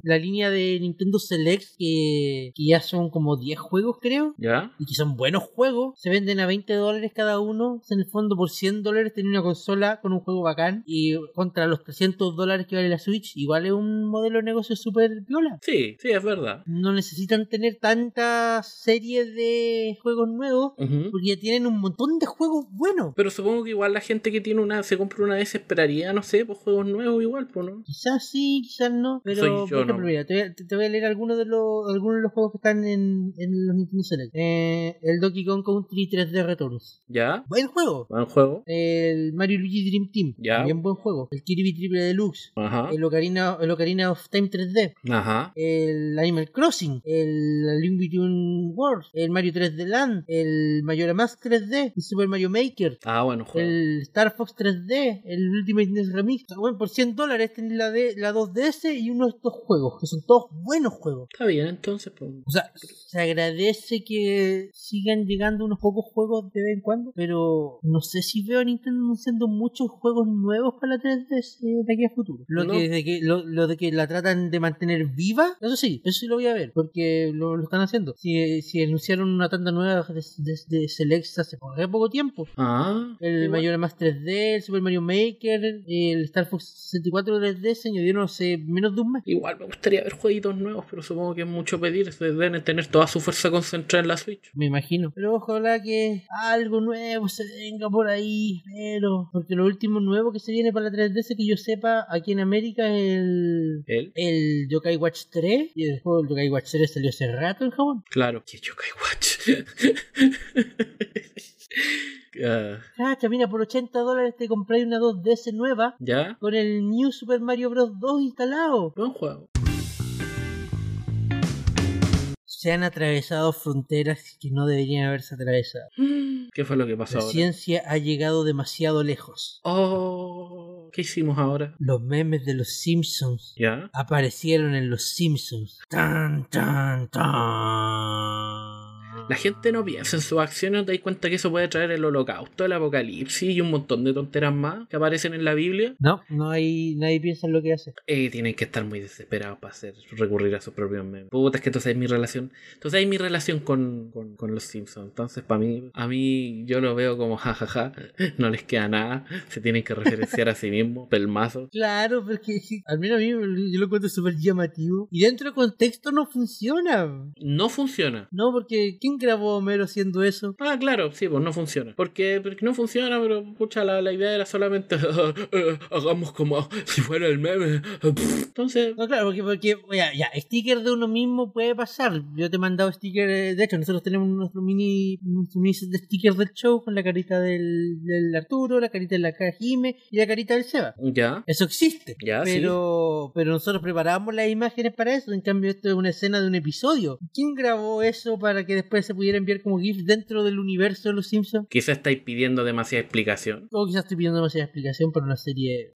Speaker 1: la línea de Nintendo Select, que, que ya son como 10 juegos creo,
Speaker 2: Ya.
Speaker 1: y que son buenos juegos, se venden a 20 dólares cada uno. En el fondo, por 100 dólares tenía una consola con un juego bacán y contra los 300 dólares que vale la Switch, igual es un modelo de negocio súper viola.
Speaker 2: Sí, sí, es verdad.
Speaker 1: No necesitan tener tanta serie de juegos nuevos
Speaker 2: Ujú.
Speaker 1: porque ya tienen un montón de juegos buenos.
Speaker 2: Pero supongo que igual la gente que tiene una, se compra una vez esperaría, no sé, pues juegos nuevos igual, pues, ¿no?
Speaker 1: Quizás sí, quizás no, pero
Speaker 2: Soy
Speaker 1: por
Speaker 2: yo,
Speaker 1: ejemplo,
Speaker 2: no.
Speaker 1: mira, te, voy a, te- te voy a leer algunos de los algunos de los juegos que están en, en los Nintendo Select. Eh, el Donkey Kong Country 3D Returns.
Speaker 2: Ya.
Speaker 1: Buen juego.
Speaker 2: Buen juego.
Speaker 1: El Mario y Luigi Dream Team.
Speaker 2: Ya. Ah.
Speaker 1: También buen juego. El Kirby Triple Deluxe.
Speaker 2: Ajá.
Speaker 1: El Ocarina, el Ocarina of Time 3D.
Speaker 2: Ajá.
Speaker 1: El Animal Crossing. El Link Between Worlds. El Mario 3D Land. El Majora's Mask 3D. El Super Mario Maker.
Speaker 2: Ah, bueno, juego.
Speaker 1: El Star Fox 3D, el Ultimate NES Remix. Bueno, por 100 dólares tenés la, de, la 2DS y uno de estos juegos, que son todos buenos juegos.
Speaker 2: Está bien, entonces, pues.
Speaker 1: O sea, se agradece que sigan llegando unos pocos juegos de vez en cuando, pero no sé si veo a Nintendo anunciando muchos juegos nuevos para la 3DS eh, de aquí a futuro. Lo,
Speaker 2: No.
Speaker 1: que, de que, lo, lo de que la tratan de mantener viva, eso sí, eso sí lo voy a ver, porque lo, lo están haciendo. Si, si anunciaron una tanda nueva de, de, de Select hace re poco tiempo,
Speaker 2: Ah.
Speaker 1: el
Speaker 2: igual.
Speaker 1: Mayor Más 3D, el Super Mario Maker, el Star Fox 64 3D se añadieron hace menos de un mes.
Speaker 2: Igual me gustaría ver jueguitos nuevos, pero supongo que es mucho pedir. se Deben tener toda su fuerza concentrada en la Switch.
Speaker 1: Me imagino. Pero ojalá que algo nuevo se venga por ahí. Pero. Porque lo último nuevo que se viene para la 3DS que yo sepa aquí en América es el.
Speaker 2: ¿Él?
Speaker 1: El Yokai Watch 3. Y el juego del Yokai Watch 3 salió hace rato en Japón.
Speaker 2: Claro. Que yo Watch. Ah,
Speaker 1: Cacha, mira, por 80 dólares te compré una 2DS nueva.
Speaker 2: ¿Ya?
Speaker 1: Con el New Super Mario Bros. 2 instalado.
Speaker 2: Buen juego.
Speaker 1: Se han atravesado fronteras que no deberían haberse atravesado.
Speaker 2: ¿Qué fue lo que pasó
Speaker 1: La
Speaker 2: ahora?
Speaker 1: ciencia ha llegado demasiado lejos.
Speaker 2: Oh, ¿qué hicimos ahora?
Speaker 1: Los memes de los Simpsons
Speaker 2: ¿Ya?
Speaker 1: aparecieron en los Simpsons. Tan, tan, tan.
Speaker 2: La gente no piensa en sus acciones, te das cuenta que eso puede traer el holocausto, el apocalipsis y un montón de tonteras más que aparecen en la Biblia.
Speaker 1: No, no hay, nadie piensa en lo que hace.
Speaker 2: Eh, tienen que estar muy desesperados para hacer recurrir a sus propios memes. Puta, es que entonces es mi relación. Entonces es mi relación con, con- con los Simpsons. Entonces, para mí, a mí yo lo veo como jajaja, no les queda nada, se tienen que referenciar a sí mismos, pelmazo.
Speaker 1: Claro, porque al menos a mí yo lo encuentro súper llamativo. Y dentro del contexto no funciona.
Speaker 2: No funciona.
Speaker 1: No, porque ¿quién grabó a Homero haciendo eso?
Speaker 2: Ah, claro, sí, pues no funciona. Porque, porque no funciona, pero pucha, la, la idea era solamente "Ah, eh, hagamos como si fuera el meme. Entonces,
Speaker 1: No, claro, porque, porque ya, ya, sticker de uno mismo puede pasar. Yo te he mandado sticker, eh, de hecho, nosotros tenemos nuestro mini, nuestro mini set de stickers del show con la carita del, del Arturo, la carita de la Jime y la carita del Seba.
Speaker 2: ya.
Speaker 1: Eso existe.
Speaker 2: Ya, sí.
Speaker 1: pero, pero nosotros preparamos las imágenes para eso. En cambio, esto es una escena de un episodio. ¿Quién grabó eso para que después se pudiera enviar como GIF dentro del universo de los Simpsons?
Speaker 2: Quizás estáis pidiendo demasiada explicación.
Speaker 1: O quizás estoy pidiendo demasiada explicación para una serie